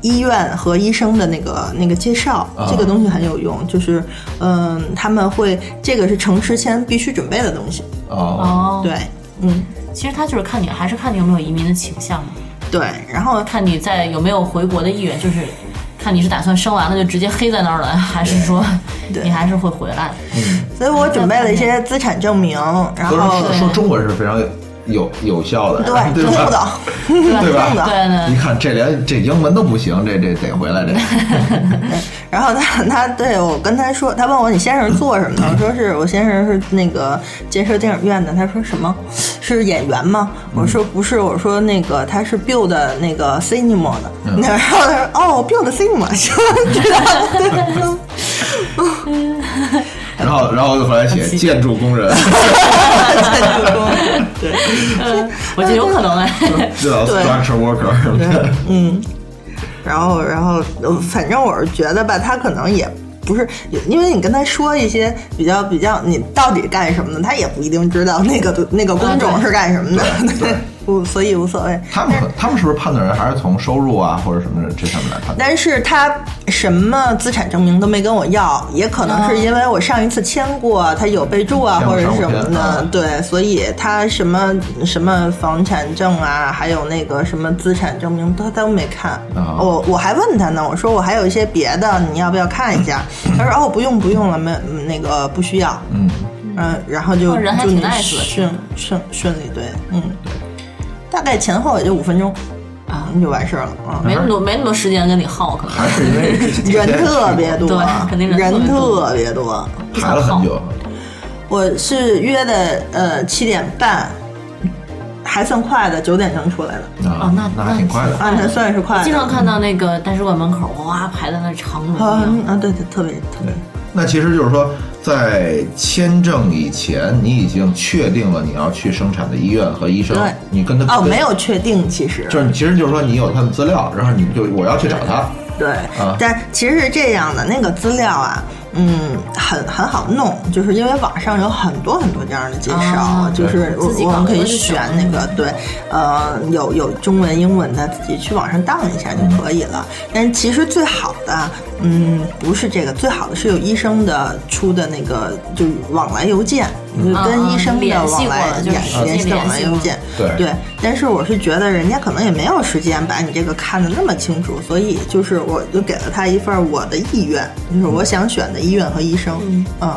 医院和医生的那个那个介绍，啊这个东西很有用，就是，嗯，他们会这个是诚实签必须准备的东西，哦，哦，，对，嗯，其实他就是看你，还是看你有没有移民的倾向嘛，对，然后看你在有没有回国的意愿，就是看你是打算生完了就直接黑在那儿了，还是说对嗯你还是会回来？所以我准备了一些资产证明，然都是后说说中文是非常有有效的，哦 对对听不懂吧？，对吧听不懂。对对一看这连这英文都不行，这这得回来这。然后他他对我跟他说，他问我你先生做什么的，我说是我先生是那个建设电影院的，他说什么是演员吗？我说不是，我说那个他是 build 的那个 cinema 的，然后他说哦 build cinema，知道了 对。然后然后就回来写建筑工人，对， 我觉得有可 能哎，知道 structure worker 什么 的。然后，然后，呃反正我是觉得吧，他可能也不是，也因为你跟他说一些比较比较，你到底干什么的，他也不一定知道那个那个工种对 是干什么的。对，无所以无所谓。他们他们是不是判断人还是从收入啊或者什么这上面来判断？但是他什么资产证明都没跟我要，也可能啊是因为我上一次签过，他有备注啊签过或者商务什么签的啊，对，所以他什么什么房产证啊，还有那个什么资产证明，他都没看。哦啊我我还问他呢，我说我还有一些别的，你要不要看一下？ 他说哦，不用不用了，没嗯那个不需要。嗯，嗯，然后就哦人还祝挺你 nice 的顺顺顺利，对，嗯，大概前后也就五分钟啊，就完事儿了啊。没那么多没那么多时间跟你耗，可能还是因为之前 人特别多，对肯定人人特特别多。排了很久，我是约的呃七点半，还算快的，九点钟出来的，啊哦，那那还挺快的。啊，那算是快的。经常看到那个大使馆门口哇排在那儿长龙一啊样。啊，对对，特别特别。那其实就是说，在签证以前，你已经确定了你要去生产的医院和医生对，你跟他哦，跟没有确定，其实就是其实就是说你有他的资料，然后你就我要去找他。对，啊但其实是这样的，那个资料啊，嗯，很很好弄，就是因为网上有很多很多这样的介绍，啊就是我自己我搞们可以一个就行选那个对，呃，有有中文、英文的，自己去网上当一下就可以了。但其实最好的，嗯，不是这个，最好的是有医生的出的那个，就是往来邮件，就是跟啊医生的联系往来过了就是直接联联系的往来联系邮过件，对对。但是我是觉得人家可能也没有时间把你这个看得那么清楚，所以就是我就给了他一份我的意愿，就是我想选的医院和医生，嗯，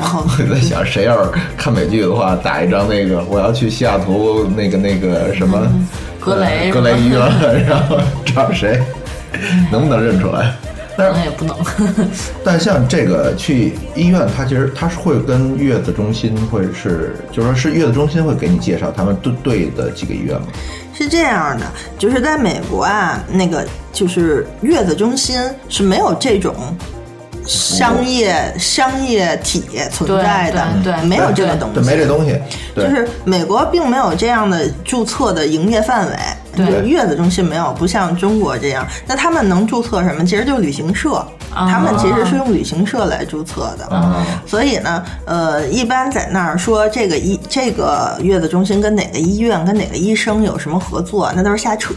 然后我 在想，谁要是看美剧的话，打一张那个我要去西雅图那个那个什么嗯格雷呃格雷医院，然后找谁，哎能不能认出来？但可能是也 不能，但像这个去医院，它其实它是会跟月子中心会是，就是说是月子中心会给你介绍他们对对的几个医院吗？是这样的，就是在美国啊，那个就是月子中心是没有这种。商业商业体存在的，嗯对对对没有这个对东西，对，没这东西，对，就是美国并没有这样的注册的营业范围，对就是月子中心没有，不像中国这样。那他们能注册什么？其实就旅行社，啊嗯他们其实是用旅行社来注册的。啊所以呢，呃，一般在那儿说这个医这个月子中心跟哪个医院跟哪个医生有什么合作，那都是瞎扯，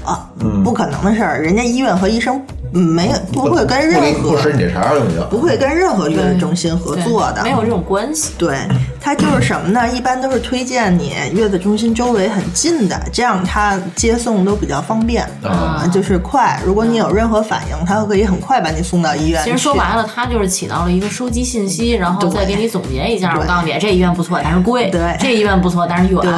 不可能的事儿。人家医院和医生嗯没有不会跟嗯任不给你何不使你这茬儿用就不会跟任何月子中心合作的，对没有这种关系。对，它就是什么呢？一般都是推荐你月子中心周围很近的，这样它接送都比较方便，啊就是快。如果你有任何反应，它可以很快把你送到医院其去。实说白了，它就是起到了一个收集信息，然后对再给你总结一下。对我告诉你，这医院不错，但是贵；对这医院不错，但是远。对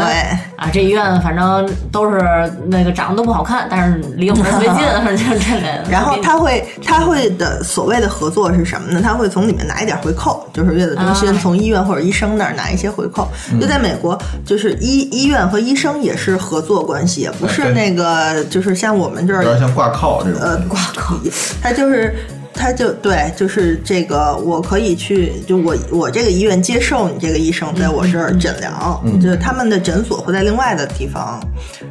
啊，这医院反正都是那个长得都不好看，但是离我们特别 近，反正就是这类的。然后给你他会，他会的所谓的合作是什么呢？他会从里面拿一点回扣，就是月子中心啊从医院或者医生那儿拿一些回扣。嗯就在美国，就是医医院和医生也是合作关系，也不是对那个就是像我们这儿有点像挂靠这种。呃挂靠，他就是。他就对，就是这个，我可以去，就我我这个医院接受你这个医生在我嗯这儿诊疗，就是他们的诊所会在另外的地方，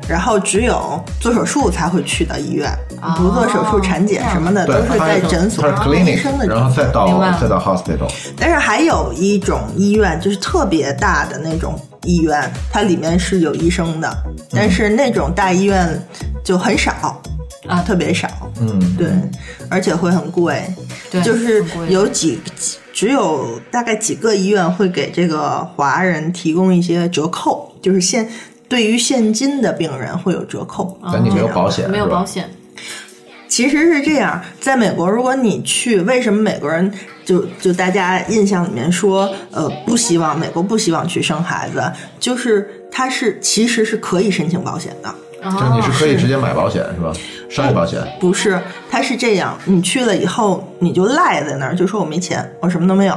然后只有做手术才会去到医院，哦不做手术、产检什么的都对，是它在是诊所啊它是医生的 clinic，诊然所。后再到明白了再到 hospital，但是还有一种医院，就是特别大的那种医院，它里面是有医生的，嗯但是那种大医院就很少啊特别少。嗯，对，而且会很贵，对就是很贵有几几只有大概几个医院会给这个华人提供一些折扣，就是现对于现金的病人会有折扣。嗯咱你没有保险，哦没有是吧保，险，其实是这样，在美国，如果你去，为什么美国人就就大家印象里面说，呃，不希望美国不希望去生孩子，就是它是其实是可以申请保险的。就是你哦是可以直接买保险是吧？商业保险，不是，他是这样，你去了以后你就赖在那儿，就说我没钱，我什么都没有。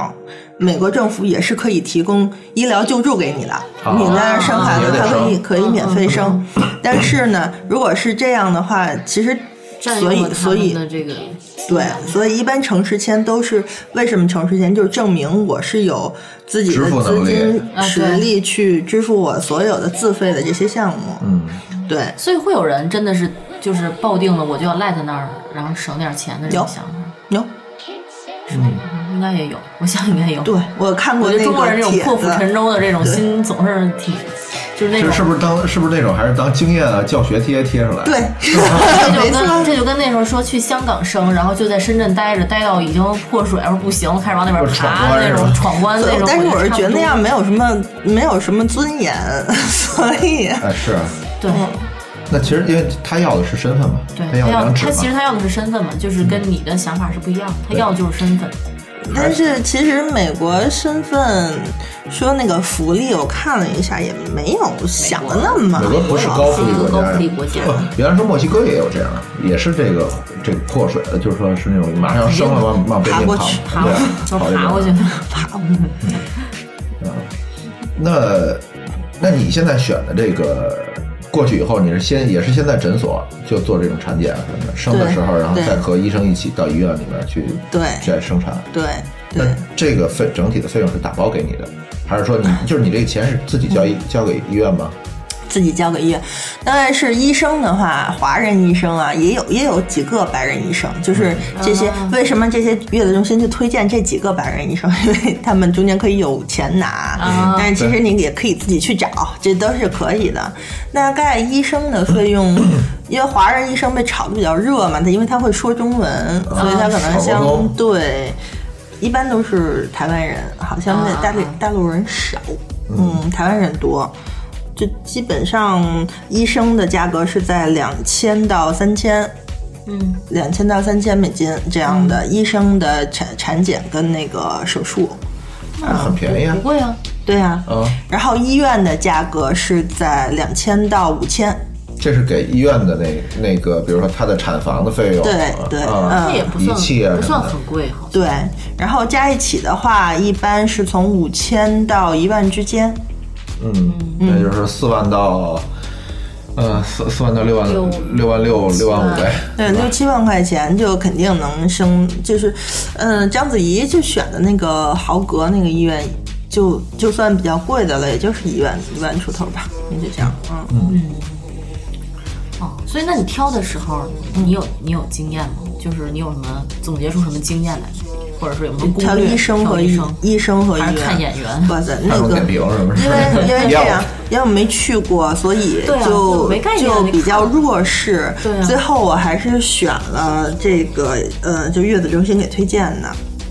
美国政府也是可以提供医疗救助给你的，你在那儿生孩子也，得他可以生可以免费生。但是呢，如果是这样的话，其实占所用了以他所以们的这个对，所以一般城市签都是为什么城市签就是证明我是有自己的支付资能力金啊实对力去支付我所有的自费的这些项目。嗯，对，所以会有人真的是就是抱定了，我就要赖在那儿，然后省点钱的这种有想法，嗯有应该也有，我想应该有。对我看过我觉那得中国个人这种帖破釜子。 沉舟的这种心总是挺就是那这种是不是当是不是那种还是当经验啊教学贴贴出来？ 对，这就没跟错，这就跟那时候说去香港生，然后就在深圳待着，待到已经破水了不行，开始往那边就闯爬关那是吧种闯关那种。但是我是觉得那差样不没有什么没有什么尊严， 所以哎是啊，多对。嗯那其实因为他要的是身份嘛，对，他要要张纸他嘛，其实他要的是身份嘛，就是嗯跟你的想法是不一样的，他要的就是身份。但是其实美国身份说那个福利，我看了一下，也没有想的那么美国不是高是福利一个国高家福利呀。国家，哦 原来说墨西哥也有这样，也是这个这个破水的，就是说是那种马上要生了往往背爬面过躺去，爬对啊过去，就跑这爬种过去，爬过去。那那你现在选的这个过去以后，你是先也是先在诊所就做这种产检啊什么的，生的时候，对然后再和医生一起到医院里面去对再生产。对那对，这个费整体的费用是打包给你的，还是说 你就是你这个钱是自己交嗯医交给医院吗？自己交给医院。但是医生的话，华人医生啊，也有也有几个白人医生，就是嗯这些、哦为什么这些月子中心就推荐这几个白人医生，因为他们中间可以有钱拿，啊但是其实你也可以自己去找，这都是可以的。大概医生的 费用，因为华人医生被炒得比较热嘛，他因为他会说中文，啊所以他可能少相沟通对。一般都是台湾人，好像在大陆、啊大陆人少，嗯，台湾人多。就基本上医生的价格是在两千到三千，嗯，两千到三千美金这样的、医生的产产检跟那个手术，那很便宜啊不，贵啊，对啊。啊，然后医院的价格是在两千到五千，这是给医院的那那个，比如说他的产房的费用，对啊对啊嗯这也不算仪器啊不什么算的很贵，好像对。然后加一起的话，一般是从五千到一万之间，嗯，那就是四万到，呃，四四万到六万六六万六六万五呗，对，六七万块钱就肯定能生，就是，嗯、章子怡就选的那个豪格那个医院，就就算比较贵的了，也就是一万一万出头吧，也就这样，嗯，哦，所以那你挑的时候，你有你有经验吗？就是你有什么总结出什么经验来，或者是有什么攻略？挑挑医生和医医医生和医还是看院。演员？哇塞，看那过个点评是不是因为因为这要样，因为我没去过，所以对啊就就没概念就你比看较弱势。对啊最后我还是选了这个，呃，就月子中心给推荐的。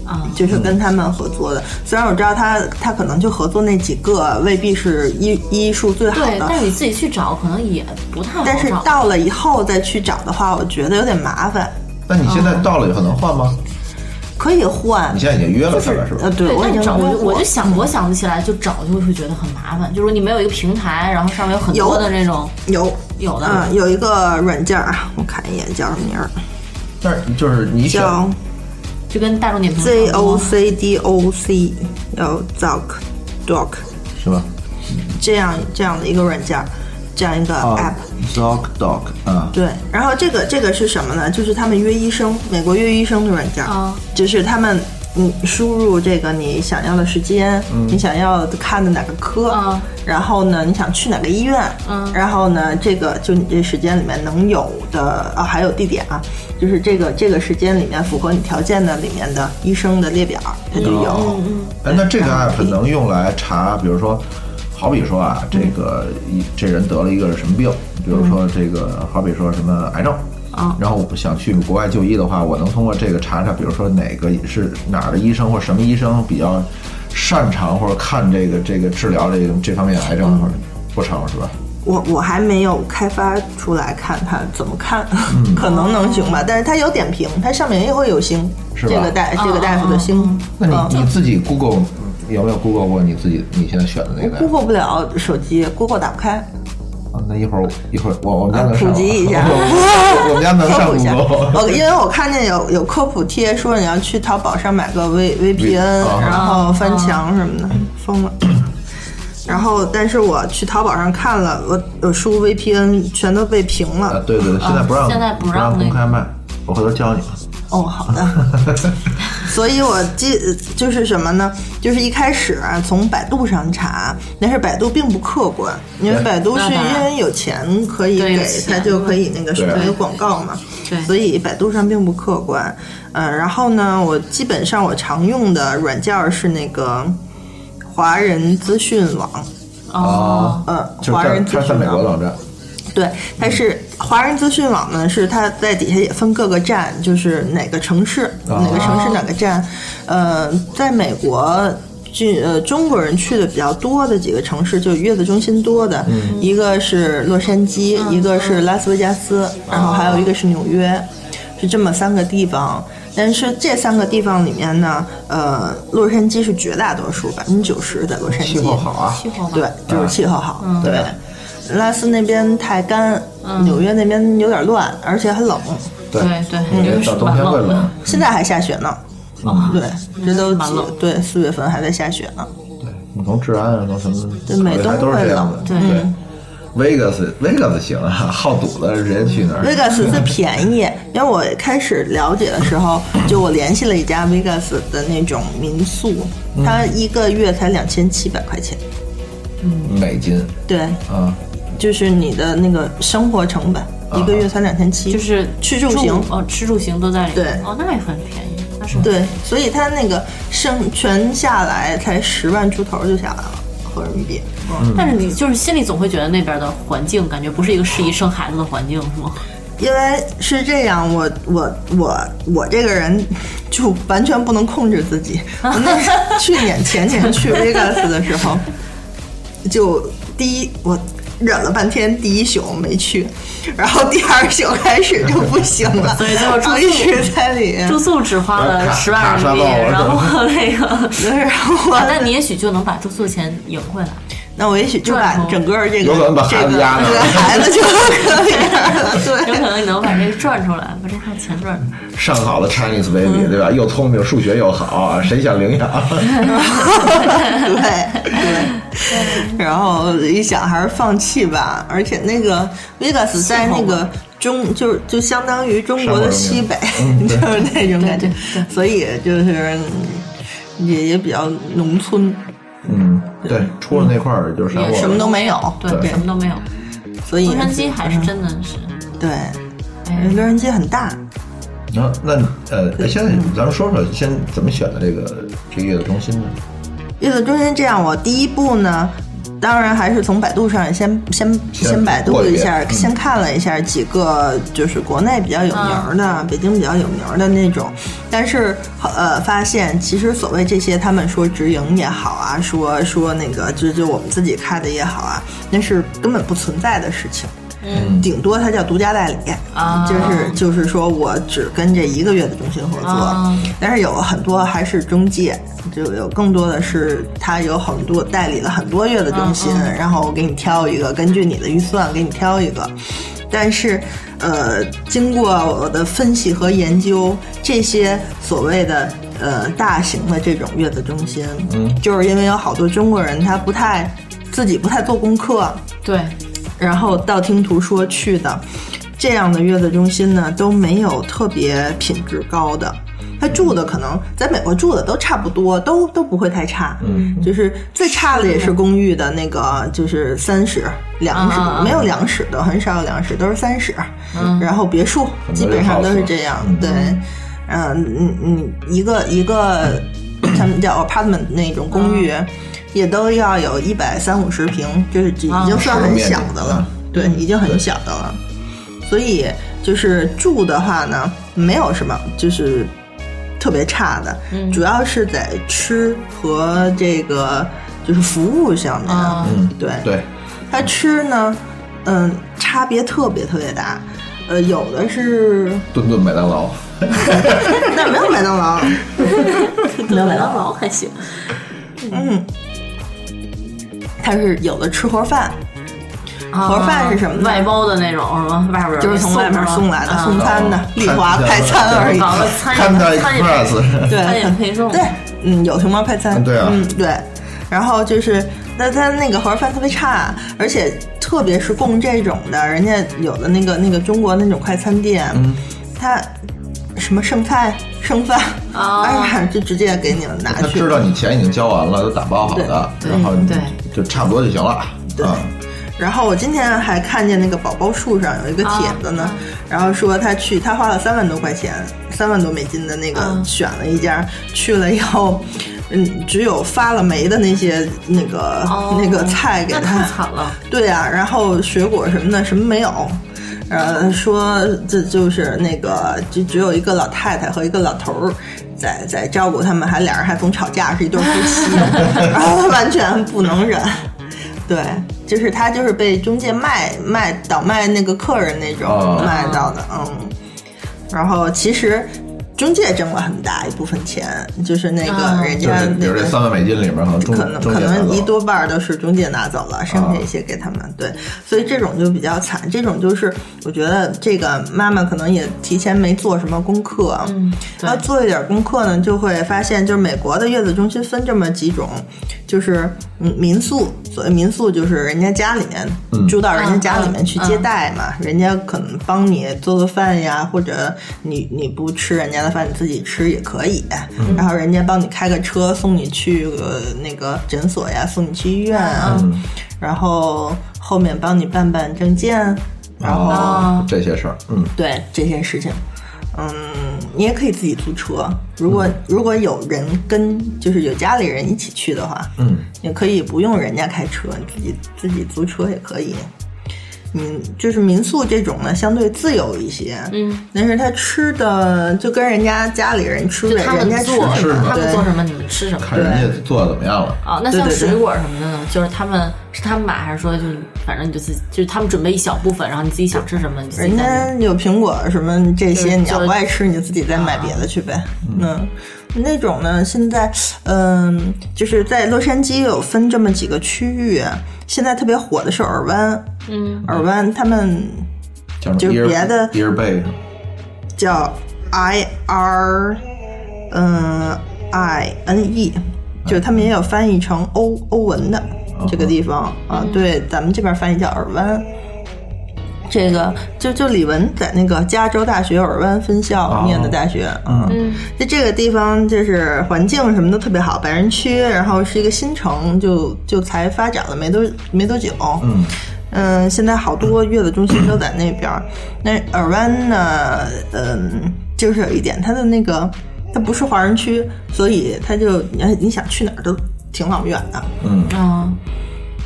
啊，就是跟他们合作的。虽然我知道他他可能就合作那几个，未必是医医术最好对，但的。是你自己去找可能也不太好找。但是到了以后再去找的话，我觉得有点麻烦。那你现在到了以后能换吗？嗯可以换你，现在已经约了他了是呃，吧？对，对，我已但经找我就我就问想，我想不起来，就找就会觉得很麻烦。就是你没有一个平台，然后上面有很多有的这种过有有的嗯，有一个软件儿啊，我看一眼叫什么名儿，但是就是你选叫就跟大众点评 Z 差不 O 多 C D O C，有 Zoc Doc 是吧？这样这样的一个软件儿，这样一个 app。啊，Zog Dog 啊，对，然后这个这个是什么呢？就是他们约医生，美国约医生的软件儿，啊就是他们你输入这个你想要的时间，你想要看的哪个科，啊然后呢你想去哪个医院，嗯然后呢这个就你这时间里面能有的啊，还有地点啊，就是这个这个时间里面符合你条件的里面的医生的列表，它就有。哎，那这个 app 能用来查，比如说，好比说啊，这个一这人得了一个什么病，比如说这个，好比说什么癌症。哦啊然后我想去国外就医的话，我能通过这个查查，比如说哪个是哪儿的医生或者什么医生比较擅长或者看这个这个治疗这个这方面的癌嗯症或者不成是吧？我我还没有开发出来，看它怎么看，嗯可能能行吧。但是它有点评，它上面也会有星，是这吧个大这个大夫的星。那嗯你你自己 Google 有没有 Google 过你自己你现在选的那个 app？哎 Google 不了手机，Google 打不开。啊，那一会儿一会儿我我们家能上网啊普及一下我们家能科上普一下， 哦 Google。我因为我看见有有科普贴说你要去淘宝上买个 V V P N，啊嗯然后翻墙什么的，疯了。然后，但是我去淘宝上看了，我我输 V P N 全都被屏啊，了。对对对，现在不让现在不不让让那公个开卖，我回头教你。哦，好的。 所以我记就是什么呢？就是一开始啊，从百度上查，但是百度并不客观，因为对百度是那当然因为有钱可以对有给钱他就可以那个什么对有广告嘛，对所以百度上并不客观。嗯、然后呢，我基本上我常用的软件儿是那个华人资讯网。哦，嗯就华在人它资在讯美国网网站，对，它是华人资讯网呢，是它在底下也分各个站，就是哪个城市、哦哪个城市哪个站。呃，在美国。去呃，中国人去的比较多的几个城市，就月子中心多的，嗯一个是洛杉矶，一个是拉斯维加斯，然后还有一个是纽约，是这么三个地方。但是这三个地方里面呢，呃，洛杉矶是绝大多数，百分之九十在洛杉矶。气候好啊，气候嘛，对，就是气候好。嗯对对，拉斯那边太干，纽约那边有点乱，而且很冷。对对对因为到冬天会蛮冷冷嗯的，现在还下雪呢，啊对，这都蛮几冷对四月份还在下雪呢。对，你从治安啊，从什么对美东考虑还都是这样的，会冷对。维格斯，维格斯行啊，好赌的人去那儿。 Vegas 最便宜，因为我开始了解的时候，就我联系了一家 Vegas 的那种民宿，它一个月才两千七百块钱。美金对，啊，就是你的那个生活成本，一个月才两千七，就是吃住行哦，吃住行都在里面。对哦，那也很便宜，那是对，所以他那个剩全下来才十万出头就下来了，合人民币。但是你就是心里总会觉得那边的环境感觉不是一个适宜生孩子的环境，是吗？因为是这样，我我我我这个人就完全不能控制 自己。我那去年前年去 Vegas 的时候，就第一我忍了半天，第一宿没去，然后第二宿开始就不行了，所以最后住然后一直在里面，住宿只花了呃卡十万卡人刷民币，爆了然后那个， 然后我啊那你也许就能把住宿钱赢回来。那我也许就把转头整个这有个可能把孩子压那儿这个孩子就搁里边儿了，对有。可能你能把这个赚出来，把这块钱赚出来。上好的 Chinese 嗯 baby，对吧？又聪明，数学又好，啊谁想领 养？ 对对，然后一想还是放弃吧。而且那个 Vegas 在那个中，就是就相当于中国的西北，嗯就是那种感觉对对，所以就是嗯也也比较农村，嗯，对，出了那块儿就是也嗯什么都没有，对，对什么都没有。所以嗯洛杉矶还是真的是，对，哎，洛杉矶很大。然后那呃，哎现在咱们说说先怎么选的这个这个月子中心呢？月子中心这样，我第一步呢，当然还是从百度上先先先先百度一下，过一遍嗯先看了一下几个就是国内比较有名儿的，嗯北京比较有名儿的那种，但是呃，发现其实所谓这些他们说直营也好啊，说说那个就就我们自己开的也好啊，那是根本不存在的事情。嗯顶多它叫独家代理，啊就是就是说我只跟这一个月的中心合作，啊但是有很多还是中介，就有更多的是他有很多代理了很多月的中心，嗯然后我给你挑一个，根据你的预算给你挑一个。但是，呃，经过我的分析和研究，这些所谓的呃大型的这种月子中心，嗯就是因为有好多中国人他不太自己不太做功课，对，然后道听途说去的，这样的月子中心呢都没有特别品质高的。他住的可能在美国住的都差不多，都都不会太差，嗯，就是最差的也是公寓的那个，就是三室、两室啊啊，啊没有两室的，很少有两室，都是三室，嗯然后别墅很多基本上都是这样， house 对，嗯，你你一个一个，他们叫 apartment 那种公寓，嗯也都要有一百三五十平，就是已啊经算很小的了，对，嗯已经很小的了。所以就是住的话呢，没有什么就是特别差的，嗯主要是在吃和这个就是服务上面。啊嗯，对，对，它吃呢，嗯，差别特别特别大。呃，有的是顿顿麦当劳，那没有麦当 劳，没有麦当劳还行。嗯，它是有的吃盒饭，盒饭是什么呢啊外包的那种是吗？外边儿就是从外面送来的，啊送餐的啊，丽华快餐而已。 搞个餐看到饮餐饮配 Express， 对，餐饮配送，对，嗯，有熊猫快餐，嗯对啊嗯对，然后就是。那它那个盒饭特别差，而且特别是供这种的，人家有的那个那个中国那种快餐店，嗯它什么剩菜剩饭，哦哎呀，就直接给你们拿他去知。道你钱已经交完了，都打包好的，对然后嗯你对就差不多就行了。对啊，然后我今天还看见那个宝宝树上有一个帖子呢，啊然后说他去，他花了三万多块钱，三万多美金的那个、啊选了一家，去了以后，嗯，只有发了霉的那些那个、哦那个菜给那他太。惨了。对呀、然后水果什么的什么没有，呃，说这就是那个就只有一个老太太和一个老头儿在在照顾他们，还俩人还总吵架，是一对夫妻， 然后他完全不能忍。对，就是他就是被中介卖卖倒卖那个客人那种、哦卖到的，嗯。然后其实中介挣了很大一部分钱，就是那哦个人就家是这比那如这个三万美金里面，可能中可能中可介拿能走一多半儿都是中介拿走了，剩啊下一些给他们。对，所以这种就比较惨。这种就是我觉得这个妈妈可能也提前没做什么功课，啊嗯，对要，做一点功课呢，就会发现就是美国的月子中心分这么几种，就是嗯民宿，所谓民宿就是人家家里面、嗯住到人家家里面嗯去接待嘛，人家可能帮你做做饭呀，或者你你不吃人家的饭，你自己吃也可以，嗯然后人家帮你开个车送你去呃那个诊所呀，送你去医院啊，嗯然后后面帮你办办证件，然后、哦这些事儿，嗯，对这些事情。嗯，你也可以自己租车。如果、嗯如果有人跟就是有家里人一起去的话，嗯，也可以不用人家开车，你自己自己租车也可以。嗯，就是民宿这种呢，相对自由一些。嗯，但是他吃的就跟人家家里人吃就的，他人们家吃做是什吧么，他们对做什么，你们吃什么。看人家做的怎么样了。哦，那对像对对水果什么的呢？就是他们是他们买，还是说就是反正你就自己，就是他们准备一小部分，然后你自己想吃什么，你自己人再家有苹果什么这就是些，你要就不爱吃，你自己再买别的去呗。嗯，那种呢，现在嗯、就是在洛杉矶有分这么几个区域，现在特别火的是尔湾，嗯，尔湾他们叫什就么？是别的第二贝，叫 I R，嗯 I N E，就是他们也有翻译成欧欧文的这个地方啊，对，咱们这边翻译叫尔湾。这个就就李玟在那个加州大学尔湾分校念的大学，嗯嗯，就这个地方就是环境什么都特别好，白人区，然后是一个新城，就就才发展了没多没多久，嗯，嗯，现在好多月子中心都在那边儿。那尔湾呢，嗯，就是有一点，它的那个它不是华人区，所以它就哎你要你想去哪儿都挺老远的。嗯，啊，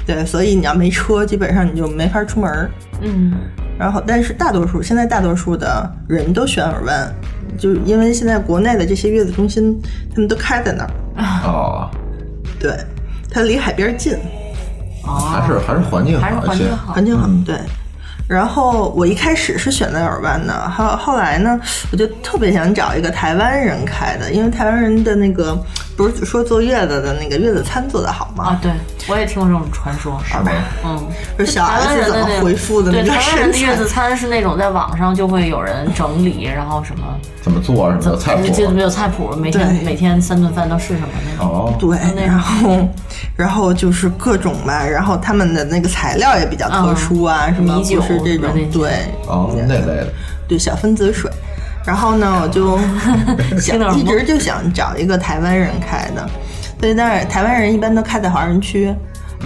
对，所以你要没车，基本上你就没法出门儿。嗯，然后，但是大多数现在大多数的人都选尔湾，就是因为现在国内的这些月子中心，他们都开在那儿，啊哦，对，它离海边儿近。还哦，是还是环境还是好环一些境。好环，境很嗯对。然后我一开始是选的耳湾的，后后来呢，我就特别想找一个台湾人开的，因为台湾人的那个不是说坐月子的那个月子餐做的好啊吗？，对，我也听过这种传说，是吗？嗯，就小 S 怎么回复的那对个台湾人身的月材子，餐是那种在网上就会有人整理，然后什么怎么做啊什么的菜谱？就没有菜谱，每天对每天三顿饭都是什么那种。哦，对那，然后然后就是各种吧，然后他们的那个材料也比较特殊啊，什嗯么米酒不是这什种么那些对哦，那类的，对小分子水。然后呢，我就 听得想懂一直就想找一个台湾人开的，对，但是台湾人一般都开在华人区，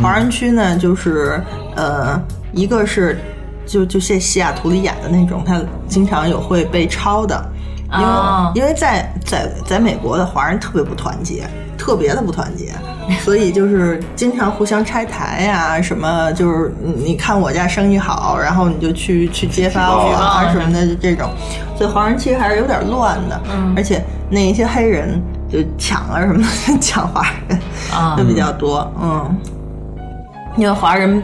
华人区呢就是呃，一个是就就像西雅图里演的那种，它经常有会被抄的，因为、哦因为在在在美国的华人特别不团结，特别的不团 结，所以就是经常互相拆台呀、什么就是你你看我家生意好，然后你就去去揭发我啊什么的就这种，所以华人区还是有点乱的，嗯而且那一些黑人就抢啊什么的 抢华人啊就比较多，嗯，因为华人。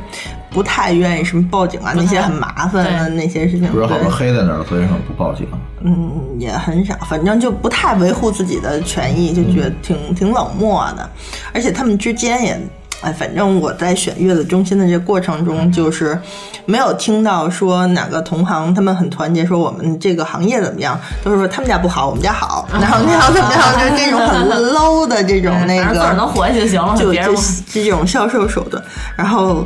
不太愿意什么报警啊，那些很麻烦啊，对那些事情。不是好对多黑在那儿，所以说不报警。嗯，也很少，反正就不太维护自己的权嗯益，就觉得挺、挺冷漠的。而且他们之间也，哎，反正我在选月子中心的这过程中，就是没有听到说哪个同行他们很团结，说我们这个行业怎么样，都是说他们家不好，我们家好，然后然后怎么样，就是这种很 low 的这种那啊哎反正个，自个儿能活下去就行了，就别人就不 是这种销售手段。然后，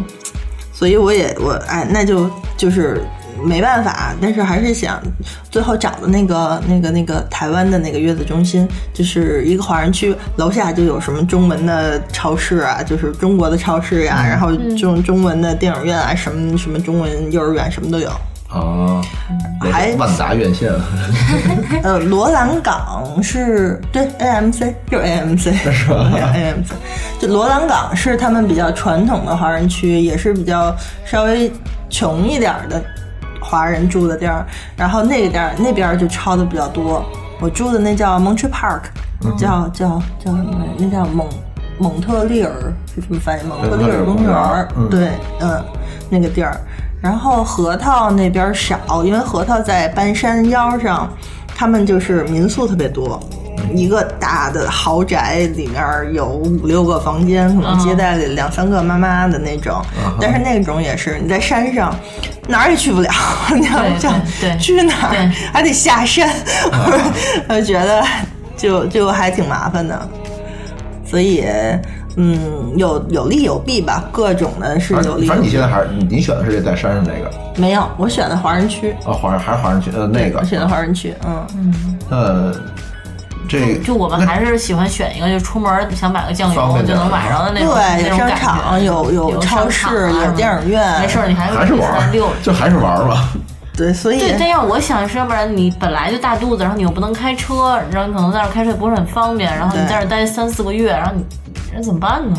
所以我也我哎，那就就是没办法，但是还是想最后找的那个那个那个台湾的那个月子中心，就是一个华人区，楼下就有什么中文的超市啊，就是中国的超市呀、然后这种中文的电影院啊，什么什么中文幼儿园什么都有。啊，那是还万达院线了，呃，罗兰港是对 AMC 就是 AMC 是 吧 AMC，就罗兰港是他们比较传统的华人区，也是比较稍微穷一点儿的华人住的地儿。然后那个地儿那边儿就抄的比较多。我住的那叫 Monterey Park，叫叫叫什么来？那叫蒙蒙特利尔是这么翻译？蒙特利尔公蒙特利尔公园儿园儿嗯，对，嗯，那个地儿。然后核桃那边儿少，因为核桃在半山腰上，他们就是民宿特别多。一个大的豪宅里面有五六个房间，可嗯能接待了两三个妈妈的那种，嗯但是那种也是你在山上哪儿也去不了，你要对想对对去哪对儿还得下山，嗯 我觉得就就还挺麻烦的，所以嗯，有有利有弊吧，各种的 是反有利正有反正你弊现。在还是你你选的是这在山上那个没有，我选的华人区，啊，华人还是华人区呃那个我选的华人区，嗯，那这就我们那还是喜欢选一个，就出门想买个酱方油便就点能买上的那种对，那有种商感觉。场，有有超商市，场啊有电影院，没事儿，你还还是玩在儿溜着。就还是玩儿吧。对，所以对，但要我想是，要不然你本来就大肚子，然后你又不能开车，然后你可能在那儿开车也不是很方便，然后你对在那儿待三四个月，然后你那怎么办呢？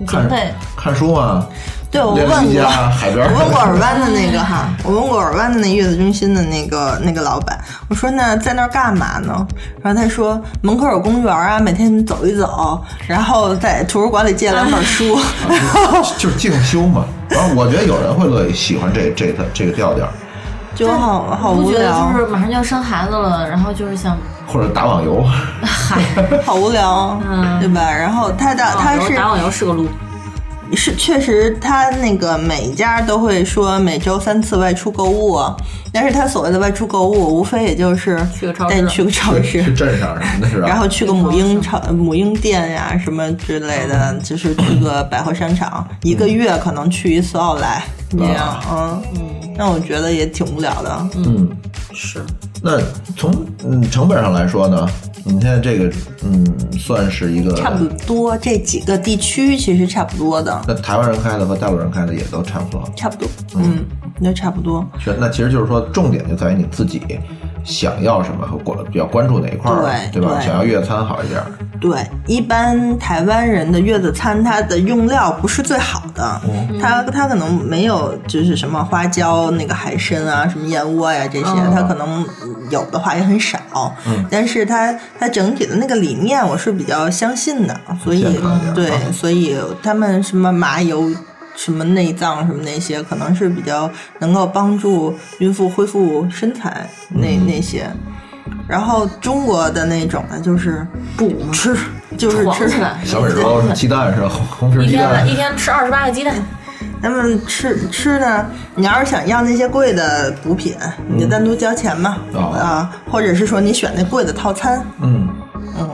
你总看得看书嘛， 对我练问瑜过伽，啊海边我儿。问过尔湾的那嗯个哈，我问过尔湾的那月子中心的那个那个老板，我说那在那儿干嘛呢？然后他说门口有公园啊，每天走一走，然后在图书馆里借 两本书，然后 就是静修嘛。然后我觉得有人会乐意喜欢这这个这个调调，就好好不无觉得聊啊就，是马上就要生孩子了，然后就是想，或者打网游。哦嗨，好无聊，嗯对吧？然后他的打他网游哦是打网游是个路，是确实，他那个每一家都会说每周三次外出购物，啊但是他所谓的外出购物，无非也就是去个超市带你去个超市， 去镇上什么的是吧？然后去个母婴超、母婴店呀、什么之类的，就是去个百货商场，一个月可能去一次奥莱，这样，嗯嗯，那我觉得也挺无聊的。嗯，是那从嗯成本上来说呢，你现在这个嗯算是一个差不多这几个地区其实差不多的，那台湾人开的和大陆人开的也都差不多。差不多，嗯，那差不多。全那其实就是说，重点就在于你自己想要什么和关比较关注哪一块儿了，对吧？对想要月餐好一点儿，对，一般台湾人的月子餐，它的用料不是最好的，哦它它可能没有就是什么花椒、那个海参啊、什么燕窝呀、这些，嗯它可能有的话也很少。但是它它整体的那个理念，我是比较相信的，所以健康一点对啊，所以他们什么麻油。什么内脏什么那些，可能是比较能够帮助孕妇恢复身材那、嗯那些，然后中国的那种呢，就是补嘛，吃， 就是晃吃起来小米 粥是鸡蛋是吧红红一皮鸡天蛋一，天吃二十八个鸡蛋，咱们吃吃呢，你要是想要那些贵的补品，你就单独交钱嘛，嗯哦啊，或者是说你选那贵的套餐，嗯嗯，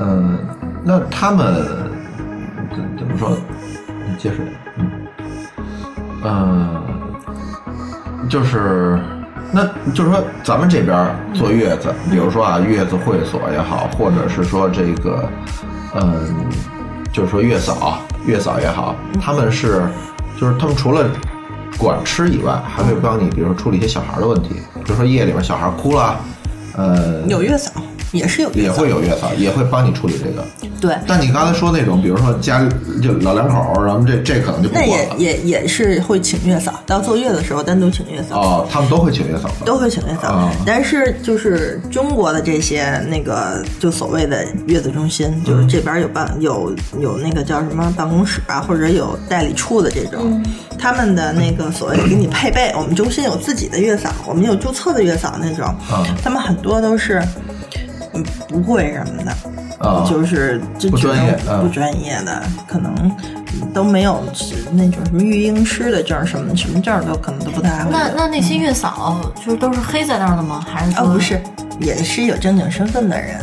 嗯，那他们怎怎么说？你接着，嗯，呃，就是。那就是说，咱们这边儿坐月子，比如说啊，月子会所也好，或者是说这个，嗯，就是说月嫂、月嫂也好，他们是，就是他们除了管吃以外，还会帮你，比如说处理一些小孩儿的问题，比如说夜里面小孩儿哭了，呃，有月嫂也是有月也嫂会，有月嫂，也会帮你处理这个。对，但你刚才说那种，比如说家里就老两口儿，然后这这可能就不那管也了。也也是会请月嫂，到坐月的时候单独请月嫂。哦，他们都会请月嫂吗，都会请月嫂，啊但是就是中国的这些那个就所谓的月子中嗯心，就是这边有办有有那个叫什么办公室啊，或者有代理处的这种，嗯他们的那个所谓的给你配备，我们中心有自己的月嫂，我们有注册的月嫂那种，啊他们很多都是嗯不会什么的，啊，就是就不只专能业嗯不专业的，可能都没有那种什么育婴师的证，什么什么证都可能都不太会有。那那那些月嫂就是都是黑在那儿的吗？还是啊、说不是，也是有正经身份的人，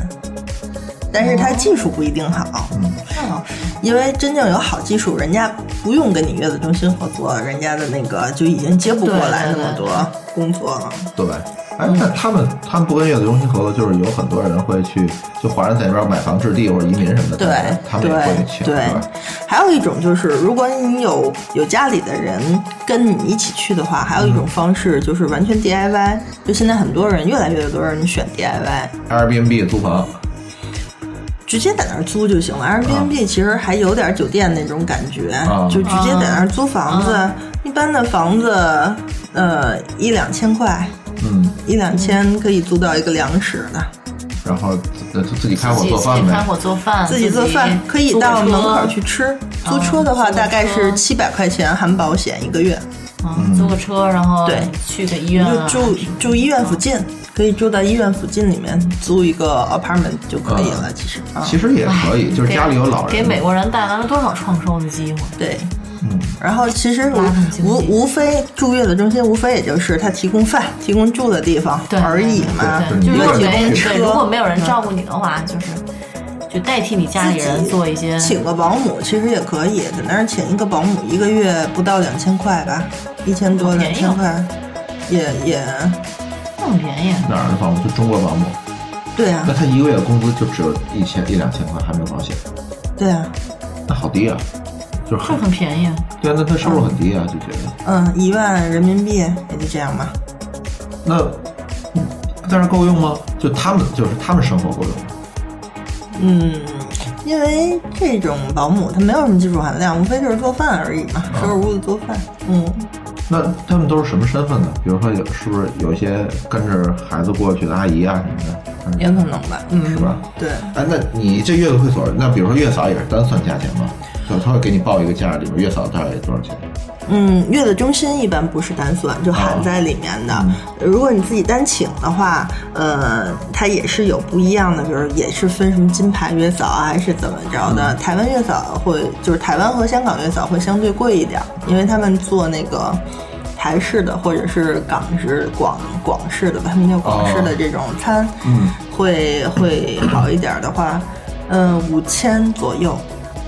但是他技术不一定好，那倒是因为真正有好技术，人家不用跟你月子中心合作，人家的那个就已经接不过对来对那么对多工作了。对。哎，那他们他们不跟月子中心合作，就是有很多人会去，就华人在那边买房置地或者移民什么的，对他们也会请，对是吧？，还有一种就是，如果你有有家里的人跟你一起去的话，还有一种方式就是完全 DIY。就现在很多人，越来越多人选 DIY， Airbnb 租房，直接在那儿租就行了。Airbnb 其实还有点酒店那种感觉，啊就直接在那儿租房子。啊一般的房子，呃，一两千块，嗯，一两千可以租到一个两室的，啊然后自自己开火自己做饭自己开呗，火做饭，自己做饭可以到门口去吃。租车的啊话租个大概车是七百块钱含保险一个月，嗯租个车，然后对去个医院就啊，住住医院附近，可以住在医院附近里面租一个 apartment 就可以了。其实啊，其实也可以，就是给家里有老人，给美国人带来了多少创收的机会？对。嗯然后其实拉动经济无无无非住月子中心，无非也就是它提供饭、提供住的地方对而已嘛对对，。就嗯你如一果个人没去对，车如果没有人照顾你的话，就是就代替你家里人做一些，请个保姆其实也可以，在那儿请一个保姆，一个月不到两千块吧，一千多好哦便两宜千哦块，也也那么便宜，哪儿的保姆？就中国保姆，对啊那，他一个月工资就只有一千一两千块，还没有保险，对啊，那好低啊，就是就很很便宜。对啊，那他收入很低啊，就觉得嗯，一万人民币也就这样吧。那，嗯但是够用吗？就他们就是他们生活够用吗？嗯，因为这种保姆她没有什么技术含量，无非就是做饭而已嘛，啊收拾屋子做饭。嗯，那他们都是什么身份呢？比如说有是不是有一些跟着孩子过去的阿姨啊什么的，嗯有可能吧。嗯，是吧？对，哎，那你这月子会所，那比如说月嫂也是单算价钱吗？就他会给你报一个价，里边月嫂大概多少钱？嗯，月子中心一般不是单算，就含在里面的。嗯如果你自己单请的话，呃，它也是有不一样的，比如也是分什么金牌月嫂啊，还是怎么着的。嗯台湾月嫂会就是台湾和香港月嫂会相对贵一点，因为他们做那个。台式的或者是港式广广式的吧，他们叫广式的这种餐，嗯，会会好一点的话，嗯、五千左右，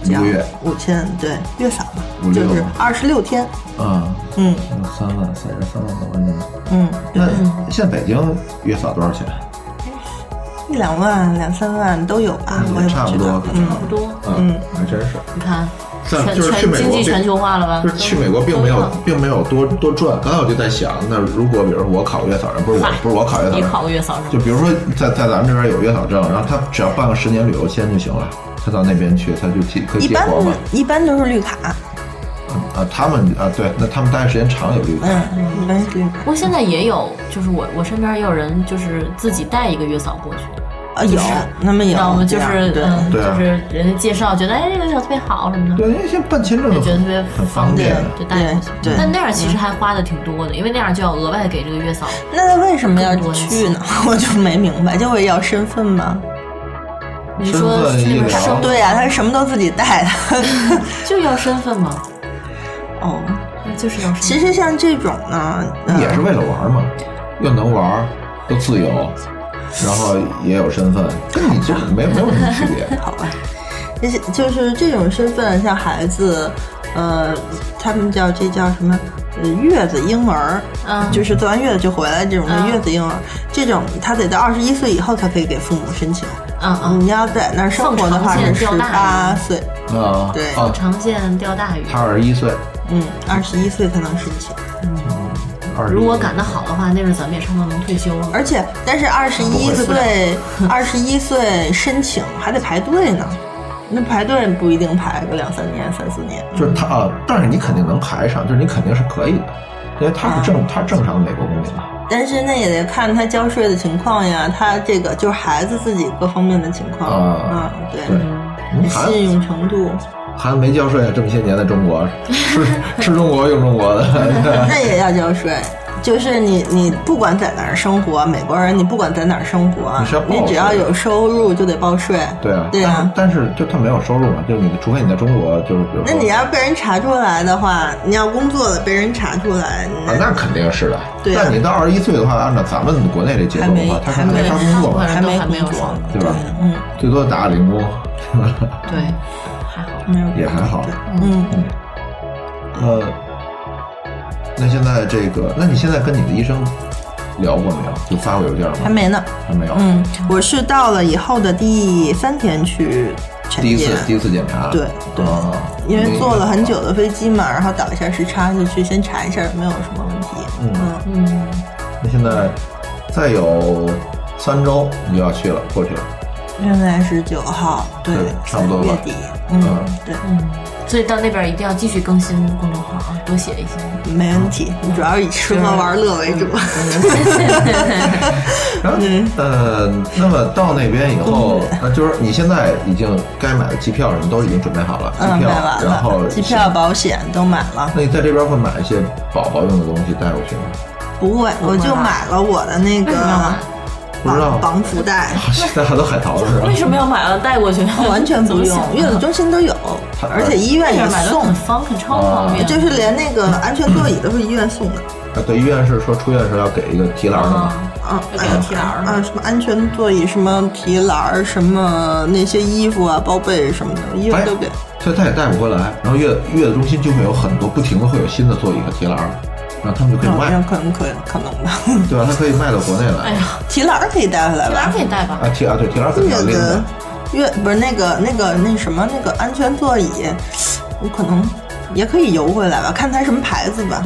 这样一个月五千对月嫂嘛，五就六是二十六天，啊、嗯嗯，三万，三十三万多块钱。嗯，那现在北京月嫂多少钱？一两万、两三万都有吧，我也差不不知多道，。可嗯能，差不多，嗯，还真是。你看，但全就是去全美经国济并全球化了吧？就是去都美国并没都有一样并没有多多赚。刚才我就在想，那如果比如说我考月嫂人，不是我嗨不是我考月嫂你人，考个月嫂是就吗？比如说在在咱们这边有月嫂证，然后他只要办个十年旅游签就行了，他到那边去他就结可以一结般活嘛。一般都是绿卡，啊，他们啊，对，那他们待的时间长有哎绿卡。嗯，一般是绿卡不。过现在也有，就是我我身边也有人就是自己带一个月嫂过去，啊，有就是，那么你知道有，吗？就是对，嗯，对就啊是人家介绍觉得哎这个月嫂特别好什么的，对，因为现在办签证就觉得特很别很方便方的便。就带过去对对。但那样其实还花的挺多的，因为那样就要额外给这个月嫂那他为什么要去呢？ 我就没明白，就为要身份吗？你说身份是医不疗是生对呀、啊他什么都自己 带的。就要身份嘛？哦，就是要身份。其实像这种呢，呃也是为了玩嘛，又能玩，又自由，然后也有身份，跟你这没没有什么区别。 好吧，而且就是这种身份，像孩子，呃，他们叫这叫什么？呃，月子婴儿，嗯就是做完月子就回来这种的嗯月子婴儿，这种他得到二十一岁以后才可以给父母申请。嗯嗯，你要在那儿生活的话放是长十线钓八大鱼岁，啊，对啊，长线钓大鱼。他二十一岁，嗯，二十一岁才能申请。二十嗯如果赶得好的话，那是咱们也差不多能退休了。而且，但是二十一岁， 二十一岁申请还得排队呢，那排队不一定排个两三年、三四年。就是他啊，但是你肯定能排上，就是你肯定是可以的，因为他是啊正他是正常的美国公民嘛。但是那也得看他交税的情况呀，他这个就是孩子自己各方面的情况，啊嗯，对，对，韩信用程度，韩没交税这么些年的中国，吃吃中国用中国的，那也要交税。就是你，你不管在哪儿生活，美国人你不管在哪儿生活你是要，报你只要有收入就得报税。对啊，对啊。但是但是就他没有收入嘛，就是你除非你在中国，就是比如那说你要被人查出来的话，你要工作了被人查出来，啊，那肯定是的。对啊但你到二十一岁的话，按照咱们国内这节奏的话，他可还能没没对，法大工部作分吧，人都还没有还没工收作入。对吧？嗯，最多打打零工，对，还好。没有，也还好。嗯，呃，那现在这个，那你现在跟你的医生聊过没有？就发过邮件吗？嗯还没呢。还没有。嗯，我是到了以后的第三天去产第一业次，第一次检查，对对啊，因为坐了，了很久的飞机嘛，然后倒一下时差就去先查一下有没有什么问题。嗯，嗯，那现在再有三周你就要去了，过去了，现在是九号，对对，差不多吧月底。啊嗯，对，嗯，所以到那边一定要继续更新公众号啊，多写一些。没问题。主要是以吃喝玩乐为主。嗯然后嗯呃，那么到那边以后，呃，就是你现在已经该买的机票什么都已经准备好了，机嗯，票买完，然后了，机票、，保险都买了。那你在这边会买一些宝宝用的东西带过去吗？不会，我就买了我的那个为什么要买不知道绑绑福袋，好现在还都海淘是吧 为？什么要买了带过去？完全不哦 怎么用，想月子中心都有，而且医院那也边买的送很，方便，超方便。就是连那个安全座椅都是医院送的。啊，对，医院是说出院时候要给一个提篮的嘛。啊，啊，要给他提篮儿啊，什么安全座椅，什么提篮儿，什么那些衣服啊、包被什么的，医哎院都给。所以他也带不回来。然后月月子中心就会有很多不停的会有新的座椅和提篮儿，然后他们就可以嗯，卖，可能可可能吧，对吧？他可以卖到国内哎来。呀，提篮儿可以带回来哪吧儿？可以带吧？啊，提啊，对，提篮儿肯定要月拎子的。月不是那个那个那什么那个安全座椅，我可能也可以邮回来吧，看它什么牌子吧，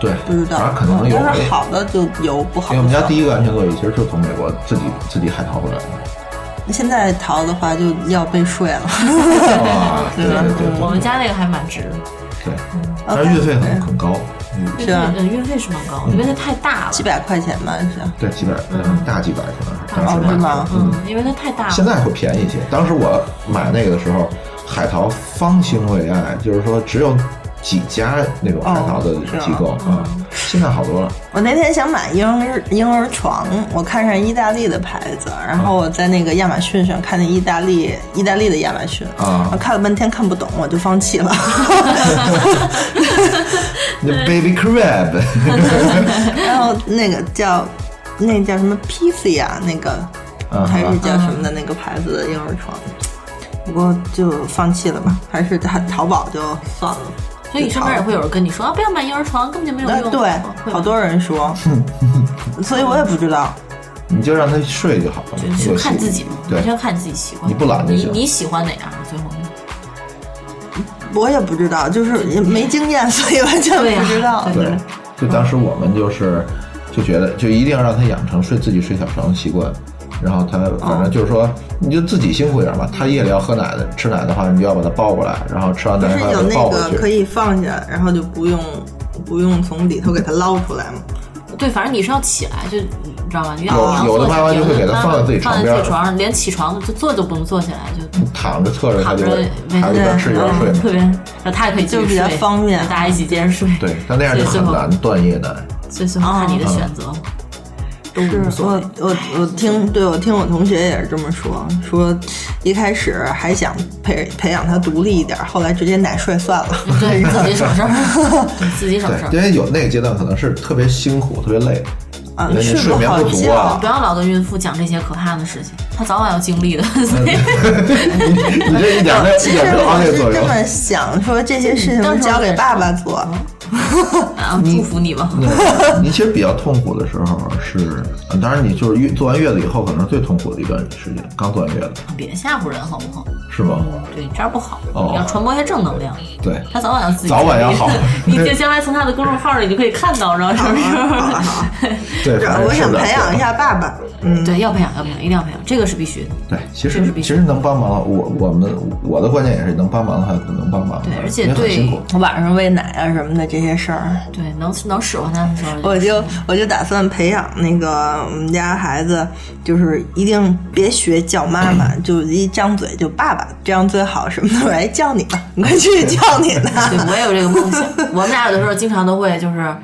对，不知道反正啊可。能嗯有。哎要是好的就邮，不好因为我的们家第一，一个安全座椅其实就从美国自己自己海淘回来 的。现在淘的话就要被睡了。啊，哦对对对嗯我对们家那个还蛮值的，对，但是啊运费很很高，嗯，是吧运费运费是蛮高的，因为它太大了 几。百块钱吧是，对，几百，嗯，大几百可能是当时哦是买吗的。？嗯，因为它太大现了。在会便宜一些。当时我买那个的时候，海淘方兴未艾，就是说只有几家那种海哦淘的机构嗯啊、现在好多了。我那天想买婴儿婴儿床，我看上意大利的牌子，然后我在那个亚马逊上看那意大利意大利的亚马逊，啊我看了半天看不懂，我就放弃了。那 Baby Crab，然后那个叫那个叫什么 Pizia 那个、嗯还是叫什么的那个牌子的婴儿床，不过就放弃了吧，还是淘淘宝就算了。所以你身边也会有人跟你说啊，不要买婴儿床，根本就没有哎用。对，会好吗多人说，所以我也不知道。你就让它睡就好了，就有戏是看自己嘛，对完，全看你自己习惯。你不懒就你行你喜欢哪样？最后我也不知道，就是也没经验，所以完全对呀不知道。对对，就当时我们就是就觉得，就一定要让他养成睡自己睡小床的习惯。然后他反正就是说，哦你就自己辛苦一点吧。他夜里要喝奶的，吃奶的话，你就要把他抱过来，然后吃完不奶是以后有把他那嗯抱回个可去。以放下，然后就不用不用从里头给它捞出来吗？对，反正你是要起来，就你知道吧？你要有你要有的坐起妈妈来就会给她有的妈妈放在自己床放在边自儿己床上，连起床就坐都不用坐起来，就躺着侧着，他躺就着会没还一边吃一边睡嗯嘛。特别，然后他也可以继续就比较睡方便就大家一起接着睡。对，但那样就很难断夜奶。所以最后看你的选择，都是无所谓我。我我听对我听我同学也是这么说，说一开始还想培培养它独立一点，后来直接奶睡算了。嗯对，自己省 事儿，对自己省事哦对，儿。因为有那个阶段可能是特别辛苦、特别 累，啊因为你睡睡不眠好不足啊不。要老跟孕妇讲这些可怕的事情，她早晚要经 历的。所以你你这一点没有其一实点没有安我慰是作这用。么想，说这些事情都交给爸爸做。啊，祝福你吧。 你其实比较痛苦的时候是，呃当然你就是月做完月子以后，可能是最痛苦的一段时间，刚做完月子别吓唬人好不好？是吗？对，这样不好。哦你要传播一下正能量，对，她早晚要自己早晚要好 你就将来从她的公众号里你就可以看到，然后什嗯么时好了候？ 好了，对，反正啊我是想的培养一。下爸爸。嗯，对，要培养，要培养，一定要培养，这个是必须的。对，其这实是必其须实能帮忙，我我们我的观点也是能帮忙的话，能帮忙。对，而且因为很辛对苦。晚上喂奶啊什么的这些事儿，对能能使唤她的时候，我就我就打算培养那个我们家孩子，就是一定别学叫 妈妈，就一张嘴就爸爸，这样最好。什么都来叫你吧，你快去叫你 对吧。我也有这个梦想。我们俩有的时候经常都会就是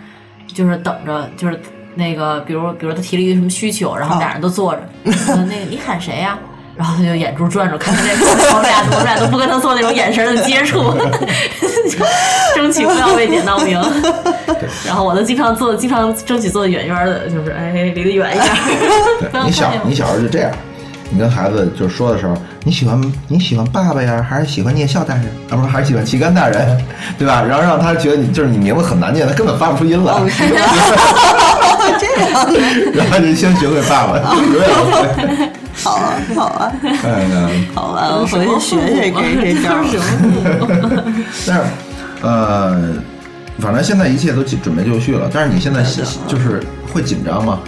就是等着就是。那个，比如，比如他提了一个什么需求，哦然后俩人都坐着，呃那个你喊谁呀、然后他就眼珠转转，看他那种，我们俩我们俩都不跟他做那种眼神的接触， 争取不要被点到名。然后我都经常坐，经常争取坐得远远的，就是哎，离得远一点。不对 要你小看见我你小时候就这样，你跟孩子就说的时候，你喜欢你喜欢爸爸呀，还是喜欢聂笑大人啊？不是，还是喜欢旗杆大人， 对吧？然后让他觉得你就是你名字很难念，他根本发不出音来。哦这样 哦然后就先学会爸爸，永远不会。好啊，好啊，哎呀，好啊， 我回去学学这这招 儿。什么父母？但是，呃，反正现在一切都准备就绪了。但是你现在对就是会紧张吗？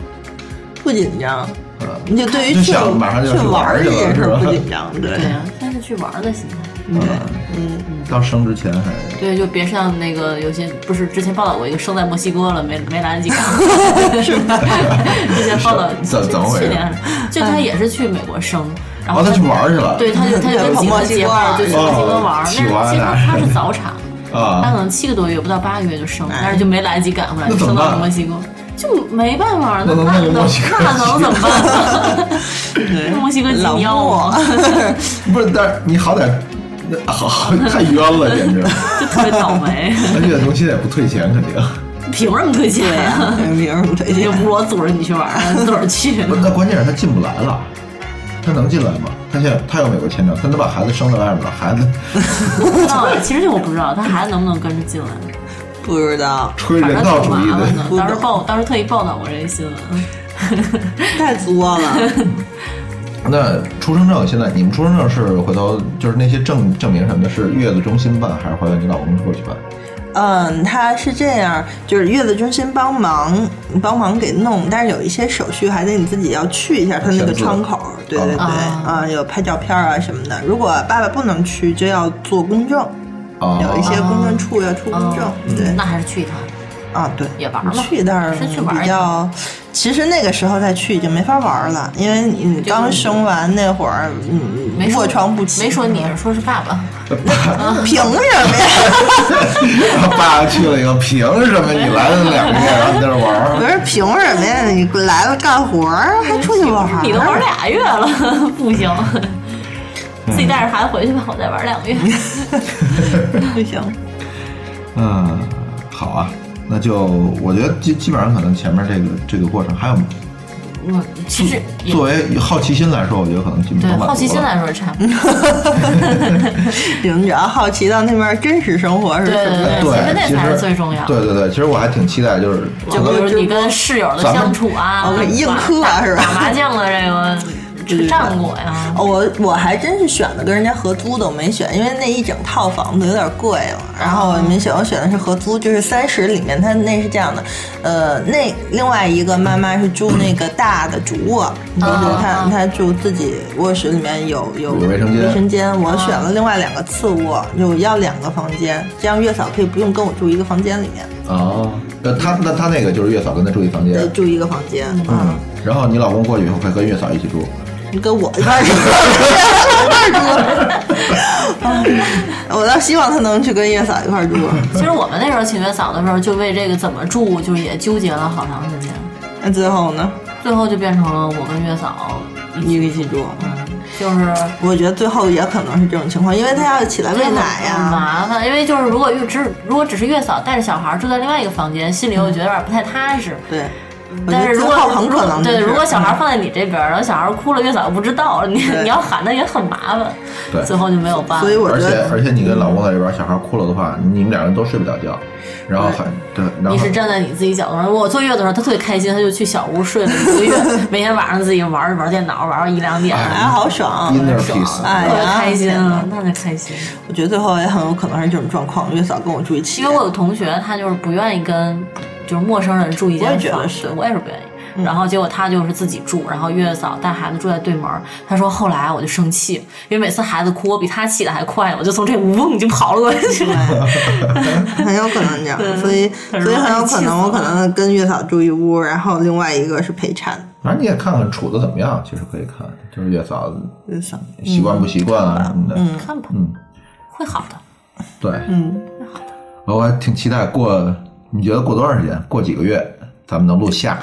不紧张，你就对于就去想马上就去去玩玩儿儿去这了件事是儿吧不紧张， 对啊对呀，但是去玩儿的心态。对，嗯，啊到生之前还对，就别像那个有些不是之前报道过一个生在墨西哥了，没没来 得及赶，是吧？ 之前报道怎怎么回事去年就他也是去美国生，然后哦他去就玩儿去了对，他就他就对跟跑几墨个西结哥伴了儿就去墨西哥玩哦儿，但是喜其实欢啊他是早产，他可啊，能七个多月不到八个月就生，但是就没来得及赶回来，那就怎么生到办了墨西哥。就没办法，那那能那那就能墨西哥那能怎么办？ 对墨西哥金老腰莫嘛，不是，但是你好歹，那好好太冤了，简 直！ 就特别倒霉， 而且东西也不退钱，肯定。凭什么推荐啊对 呀呀？，没什么推也荐。不是我组织你去玩儿， 自个儿去。不是，那关键是他进不来了，他能进来吗？他现在他有美国签证，他能把孩子生在外面了，孩子不知道哎，其实这我不知道，他孩子能不能跟着进来， 不知道，吹反人正道挺主义麻的。烦的。当时报，当时特意报道过这个新闻。嗯太作了。那出生证现在你们出生证是回头就是那些证证明什么的，是月子中心办，还是回头你老公过去办？嗯，他是这样，就是月子中心帮忙帮忙给弄，但是有一些手续还得你自己要去一下他那个签字窗口，对对对，啊啊、有拍照片啊什么的。如果爸爸不能去，就要做公证，哦，有 一些公证处要出公证，对嗯，那还是去一趟。啊，对，也玩儿了你去那儿是去玩儿比较，其实那个时候再去已经没法玩儿了，因为你刚生完那会儿，没嗯，说卧床不起，没说嗯你，说是爸 爸。凭什么呀？ 他爸去了以后，凭什么你来了两个月，然后你在这玩不儿？是凭什么呀？你来了干活儿还出去玩儿？啊你都玩俩月了，不行，嗯自己带着孩子回去吧，我再 玩两个月。不行，嗯，好啊，那就我觉得基基本上可能前面这个这个过程还有。我其实也作为好奇心来说，我觉得可能基本对上好奇心来说差不嗯多。你们只要好奇到那边真实生活是对什对对么样，其实对，那其才实是最重要的。对对对，其实我还挺期待，就是就比如你跟室友的相处啊咱们，打硬磕啊是吧打麻将的这个这个战果呀，哦我我还真是选的跟人家合租的，我没选，因为那一整套房子有点贵了。然后我没选，我选的是合租，就是三十里面，它那是这样的，呃，那另外一个妈妈是住那个大的主卧，就是她嗯她住自己卧室里面有有有卫生间卫生间，嗯我选了另外两个次卧，就要两个房间，这样月嫂可以不用跟我住一个房间里面，啊，那他那他那个就是月嫂跟他住一房间就，呃住一个房间，嗯，然后你老公过去以后会跟月嫂一起住，你跟我一块儿住，一块儿住。 我倒希望他能去跟月嫂一块儿住。其实我们那时候请月嫂的时候，就为这个怎么住，就也纠结了好长时间，那最后呢，最后就变成了我跟月嫂一起，一个一起住。啊就是我觉得最后也可能是这种情况，因为他要起来喂这个奶很呀。麻烦，因为就是如果月只如果只是月嫂带着小孩住在另外一个房间，心里又觉得有点不太踏实。对，嗯我觉但得是最如果后很可能对，就是嗯如果小孩放在你这边，然后小孩哭了，月嫂又不知道，你对你要喊他也很麻烦，对最后就没有办法。所以我而觉且得而且你跟老公在这边，小孩哭了的话，你们两人都睡不了觉，然后还对，然后你是站在你自己角度上。我坐月子的时候，他特别开心，他就去小屋睡了一个 月，每天晚上自己玩儿玩儿电脑，玩儿一两点，哎哎，好爽。 inner 爽 peace，，哎特别呀开心啊，天那就开心。我觉得最后也很有可能是这种状况，月嫂跟我住一起。因为我有同学，他就是不愿意跟就是陌生人住一我间也觉得房，是嗯对我也是不愿意。然后结果他就是自己住，然后月嫂带孩子住在对门儿。他说后来我就生气，因为每次孩子哭，我比他起的还快，我就从这屋嗡就跑了过去。很有可能这样，所以很所以很有可气死能我可了能跟月嫂住一屋，然后另外一个是陪产反正你也看看处的怎么样，其实可以看，就是月嫂月嫂。习惯不习惯啊什么的，看吧，嗯，会好的。对，嗯，我还挺期待过，你觉得过多长时间？过几个月咱们能录下？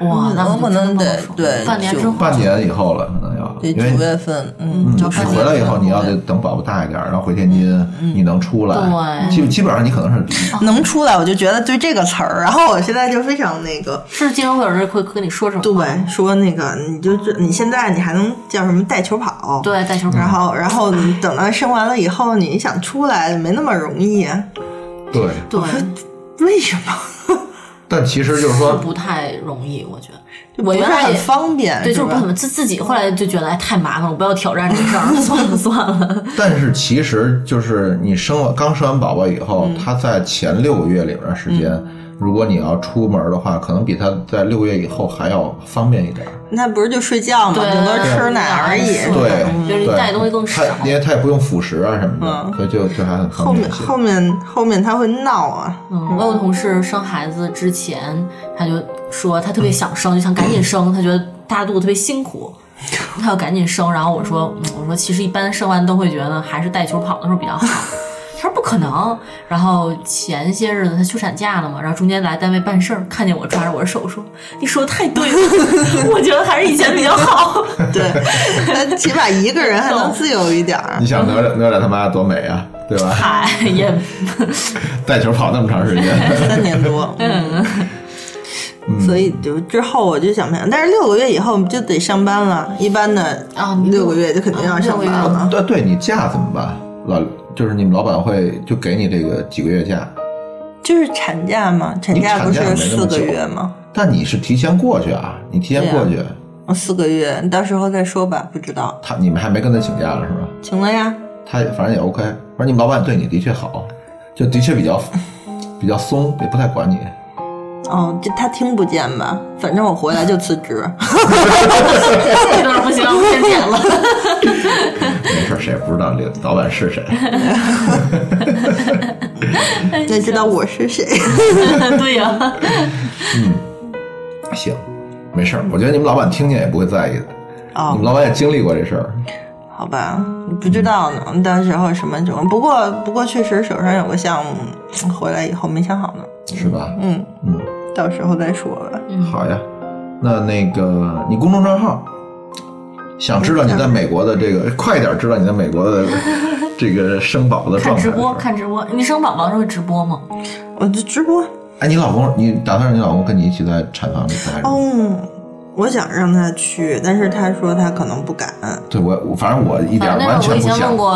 哇，那嗯我可真能不好得说对半年就之后，半年以后了，可能要，得因九为月份，嗯，就你回来以后，你要得等宝宝大一点，然后回天津，你能出来，对基基本上你可能是能出来，我就觉得对这个词儿，然后我现在就非常那个，嗯是经常会有人会跟你说这种话，对，说那个你就这，你现在你还能叫什么带球跑，，嗯对，带球跑然后然后你等到生完了以后，你想出来没那么容易，对，对，为什么？但其实就是是说，不太容易，我觉得。不我是原来很也方便，对，就是是不吧怎么自自己后来就觉得哎太麻烦了，我不要挑战这事儿了，算 了算了。 但是其实就是你生完刚生完宝宝以后，嗯他在前六个月里边儿时间，如果你要出门的话，可能比他在六个月以后还要方便一点儿。那不是就睡觉嘛，对顶多吃奶而已。是嗯对，就是对带的东西更少他因为他也不用辅食啊什么的，嗯所以就就还很方后便面一些。后面后面他会闹啊，嗯，我有个同事生孩子之前，他就说他特别想生，就想赶紧生，他觉得大肚子特别辛 苦，他要赶紧生。然后我说，嗯，我说其实一般生完都会觉得还是带球跑的时候比较好。他说不可能。然后前些日子他休产假了嘛，然后中间来单位办事儿，看见我抓着我的手说：“你说的太对 了，我觉得还是以前比较好。” 对，他起码一个人还能自由一点儿你。想哪吒哪吒他妈多美啊，对 吧？嗨，哎也带球跑那么长时 间，三年多，嗯，所以就之后我就想想，但是六个月以后就得上班了，一般的啊哦六个月就肯定要上班了。对对，你假怎么办？老就是你们老板会就给你这个几个月假，就是产假嘛，产假不是四个月吗？但你是提前过去啊，你提前过去，哦四个月，到时候再说吧，不知道。他你们还没跟他请假了是吧？行了呀，他反正也 OK，反正你们老板对你的确好，就的确比较比较松，也不太管你。哦，这他听不见吧？反正我回来就辞 职。这段不行，先剪了。 没事儿，谁也不知道这个老板是谁。那知道我是谁？对呀、行，没事儿，我觉得你们老板听见也不会在意的。哦你们老板也经历过这事儿，好吧，不知道呢，到时候什么什么。不过不过，确实手上有个项目，回来以后没想好呢。是吧？嗯，嗯，到时候再说吧。好呀。那那个，你公众账号，想知道你在美国的这个，快点知道你在美 国的这个生宝的看状态。直播，。看直播。你生宝宝的时候会直播吗？我就直播，哎，你老公，你打算让你老公跟你一起在产房里待着吗？哦，我想让他去，但是他说他可能不敢。对我，我反正我一点反儿完正那个我全以不前想问，过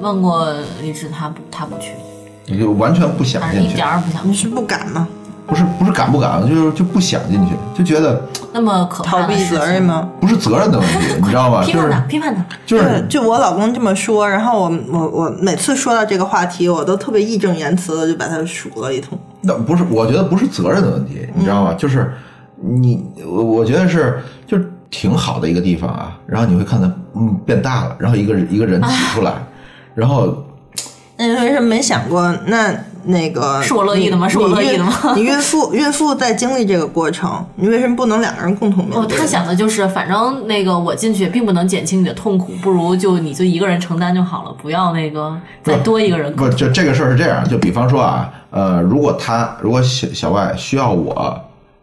问过李志，他不他不去，我就完全不想反正进一去点，儿不想你，是不敢吗？不是不是敢不敢，就是就不想进去，就觉得那么可怕逃的避事情责任？吗？不是责任的问题，你知 道吧？批就判是他，批判他，就是对，就我老公这么说，然后我我我每次说到这个话题，我都特别义正言辞的就把他数了一通。那不是，我觉得不是责任的问题，你知道吗？嗯就是你，我我觉得是就是挺好的一个地方啊。然后你会看它，嗯，变大了，然后一个人一个人挤出来，然后那你为什么没想过？那那个是我乐意的吗你是我乐意的吗你孕你孕妇孕妇在经历这个过程，你为什么不能两个人共同面哦，对？他想的就是，反正那个我进去也并不能减轻你的痛苦，不如就你就一个人承担就好了，不要那个再多一个人。不就这个事儿是这样，就比方说啊，呃，如果他如果小小外需要我。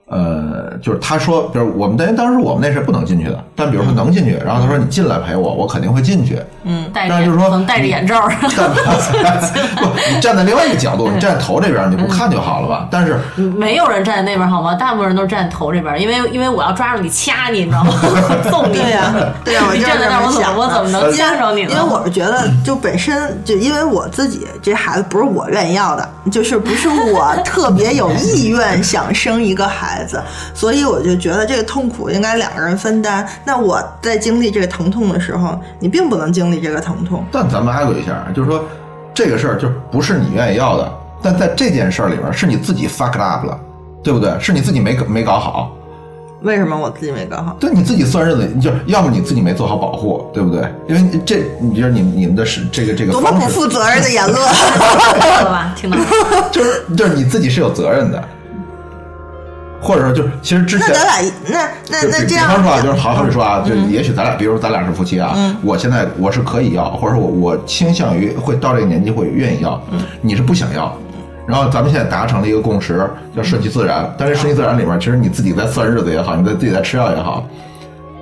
呃，就是他说，比如我们当当时我们那是不能进去的，但比如说能进去，然后他说你进来陪我，我肯定会进去。 戴着但是眼就是说可能戴着眼罩儿，但不，你站在另外一个角度，你站在头这边，你不看就好了吧？但是 没有人站在那边好吗？大部分人都站头这边，因为因为我要抓住你掐你，你知道吗？ 揍你。对呀、 对呀、我你就是站在这那儿，么我怎想么我的怎么呃能见着你因呢？为我是觉得，就本身就因为我自己这孩子不是我愿意要的，就是不是我特别有意愿想生一个孩子，所以我就觉得这个痛苦应该两个人分担。那我在经历这个疼痛的时候，你并不能经历这个疼痛。但咱们 argue 一下，就是说这个事儿就不是你愿意要的，但在这件事儿里边儿是你自己 fuck up 了，对不对？是你自己没搞没搞好，为什么我自己没搞好？对你自己算日子，你就要么你自己没做好保护，对不对？因为这你就是你你们的是这个这个多么方不式，负责任的言论！听到了吧？听到了吧。就是就是你自己是有责任的，或者说 就是其实之前那咱俩那那就那比这比样嗯方说啊，就是好好比说啊，就也许咱俩，比如说咱俩是夫妻啊，我现在我是可以要，或者说我我倾向于会到这个年纪会愿意要，嗯你是不想要。然后咱们现在达成了一个共识，叫顺其自然。但是顺其自然里面，其实你自己在算日子也好，你在自己在吃药也好，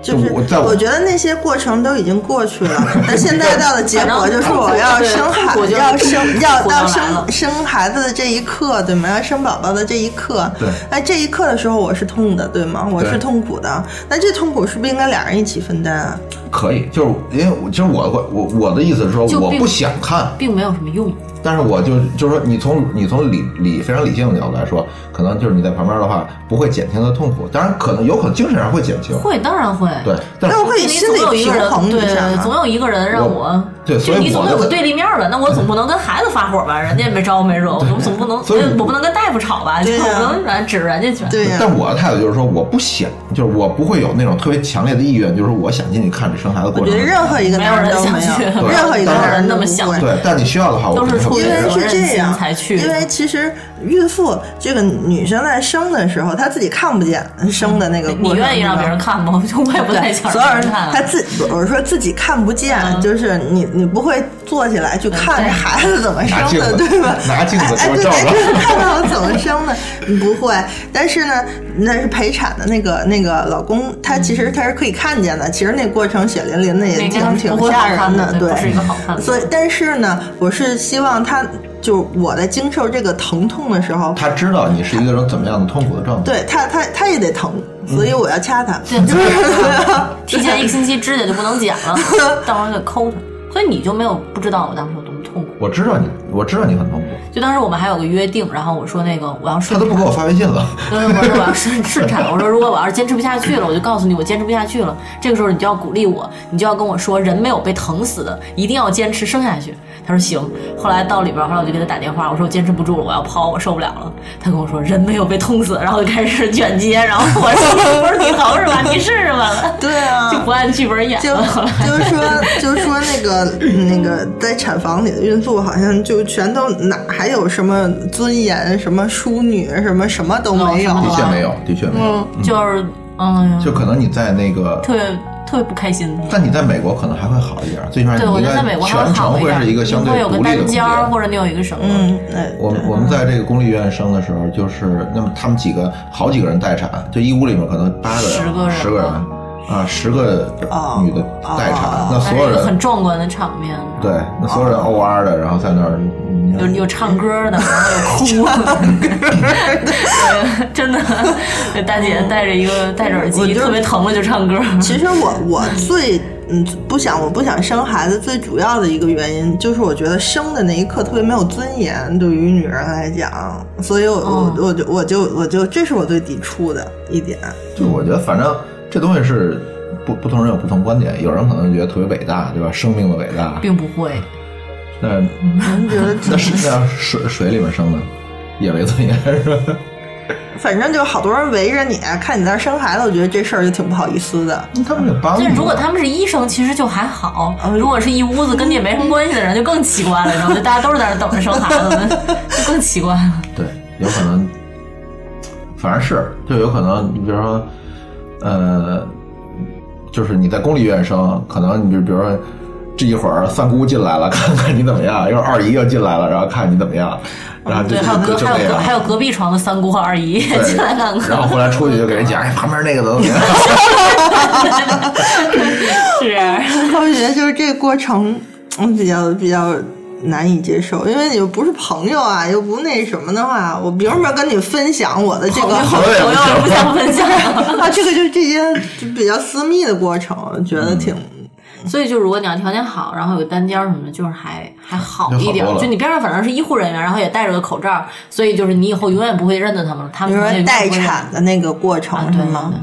就是我在我我觉得那些过程都已经过去了， 但现在到的结果就是我要生孩，对要生痛要苦就到来了生生孩子的这一刻，对吗？要生宝宝的这一刻对，哎，这一刻的时候我是痛的，对吗？我对是痛苦的，那这痛苦是不是应该俩人一起分担啊？可以。就是因为我，就是我我我的意思是说，就我并不想看，并没有什么用。但是我就就是说，你从你从理理非常理性的角度来说，可能就是你在旁边的话，不会减轻他的痛苦。当然，可能有可能精神上会减轻，会，当然会。对，但是那我会你心总有里一个平人，衡一下对，嘛。总有一个人让我我，对所以就你总我得有就个在对立面儿吧？那我总不能跟孩子发火吧？人家也没招我没惹我，我总不能，所以我不能跟大夫吵吧？对啊就呀我不能软指着人家去。对呀、但我的态度就是说，我不想，就是我不会有那种特别强烈的意愿，就是说我想进去看这生孩子我过程。觉得任何一个没有男人人都想没有去，对任何一个当然男人那都么不想会对，但你需要的话，我都是肯定出会于因为让是这样才去因为其实孕妇这个女生在生的时候，她自己看不见生的那个你过程愿意让别人看吗？我也不太对想所有让人看。啊她自己，我是说自己看不见，嗯就是你你不会坐起来去看对这孩子怎么生拿镜的，子对吧？拿镜子哎，给我对，照哎照。对看看我怎么生的，你不会。但是呢，那是陪产的那个那个老公，他其实他是可以看见的，其实那过程血淋淋的也那挺嗯个不挺会好吓看人的，对不。是一个好看的。所以，但是呢，我是希望他，就我在经受这个疼痛的时候，他知道你是一个人怎么样的痛苦的状态。对他，他他也得疼，所嗯以我要掐他。对，就是提前一个星期指甲就不能剪了，到时候给抠它。所以你就没有不知道我当时有多么痛苦。我知道你，我知道你很痛苦，就当时我们还有个约定，然后我说那个我要他顺都不给我发微信了。对，我说我要顺 顺产，我说如果我要是坚持不下去了，我就告诉你我坚持不下去了。这个时候你就要鼓励我，你就要跟我说人没有被疼死的，一定要坚持生下去。他说行。后来到里边儿，后来我就给他打电话，我说我坚持不住了，我要抛，我受不了了。他跟我说人没有被痛死，然后就开始卷接，然后我说不是你疼是吧？你试试吧了， 对啊，就不按剧本演 就了。后来就是说，就是说那个那个在产房里的孕妇，好像就全都哪还有什么尊严、什么淑女、什么什么都没有哦的确了。没有，的确没有。就是嗯，就可能你在那个，特别特别不开心。但你在美国可能还会好一点，最起码你对，我应觉得该在美国还全会程好一会点，是一个你相对会有独立的个单空间儿，间。或者你有一个什么。嗯，哎我们我们在这个公立医院生的时候，就是那么他们几个好几个人待产，就一屋里面可能八个人、 10个人十个人啊，十个哦女的待产，哦那还所是有一个人哎很壮观的场面，对，那所有人 O R 的，然后在那儿，你有有唱歌的，然后有哭 的，对真的，那大姐戴着一个戴着耳我机，觉得特别疼了就唱歌。其实我我最嗯不想我不想生孩子最主要的一个原因就是我觉得生的那一刻特别没有尊严，对于女人来讲，所以我哦我我就我就我就这是我最抵触的一点。就我觉得，反正这东西是不不同人有不同观点，有人可能觉得特别伟大，对吧？生命的伟大，并不会，那您觉得那是那水水里面生的也没尊严是吧？反正就好多人围着你看你在那儿生孩子，我觉得这事儿就挺不好意思的。 他们也帮啊你啊嗯但如果他们是医生，其实就还好；如果是一屋子跟你也没什么关系的人，就更奇怪了，你知道吗？就大家都是在那儿等着生孩子， 就更奇怪了。对，有可能，反正是就有可能，你比如说，呃，就是你在公立医院生，可能你就比如说。这一会儿三姑进来了，看看你怎么样；一会儿二姨又进来了，然后看你怎么样，然后就嗯对，还有就隔就还这有隔样。还有隔壁床的三姑和二姨对进来看看，然后后来出去就给人讲，哎，旁边那个怎么怎么 样。是啊我觉得就是这个过程，嗯，比较比较难以接受，因为你又不是朋友啊，又不那什么的话，我凭什么要跟你分享我的这个？朋友也朋不友行不想分享。 啊，这个就是这些就比较私密的过程，我觉嗯得挺。所以就如果你要条件好，然后有单间儿什么的，就是还还好就好一点儿。多了就你边上反正是医护人员，然后也戴着个口罩，所以就是你以后永远不会认得他们了。他你们说可能也待永远不会认产的那个过程、啊，是对吗对？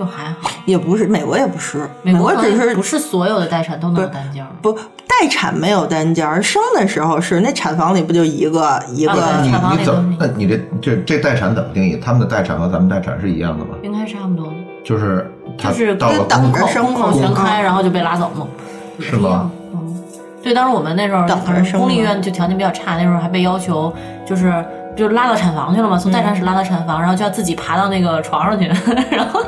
就还好。也不是，美国也不是，美国只好像是不是所有的待产都能有对单间儿。不待产没有单间儿，生的时候是那产房里不就一个一个、啊对产你房你那怎东么西？那你这这这待产怎么定义？他们的待产和咱们待产是一样的吗？应该差不多，就是他就是到了就等宫着口生胸口口全开，嗯然后就被拉走了，是吗？嗯，对，当时我们那时候等着反正生公立医吗院就条件比较差，那时候还被要求就是。就拉到产房去了嘛，从待产室拉到产房，然后就要自己爬到那个床上去， 然后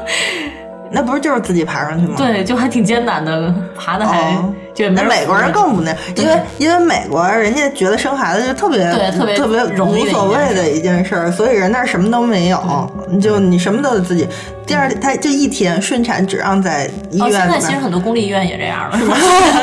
那不是就是自己爬上去吗？。对，就还挺艰难的，爬的还、嗯哦就也没那人美国人扶着更不那样，因为因为美国人家觉得生孩子就特别对特特别别容易的一无所件谓的一件事儿，所以人那儿什么都没有，你就你什么都得自己。第二天，他就一天顺产只让在医哦，院现在里其实边很多公立医院也这 样了， 是吧？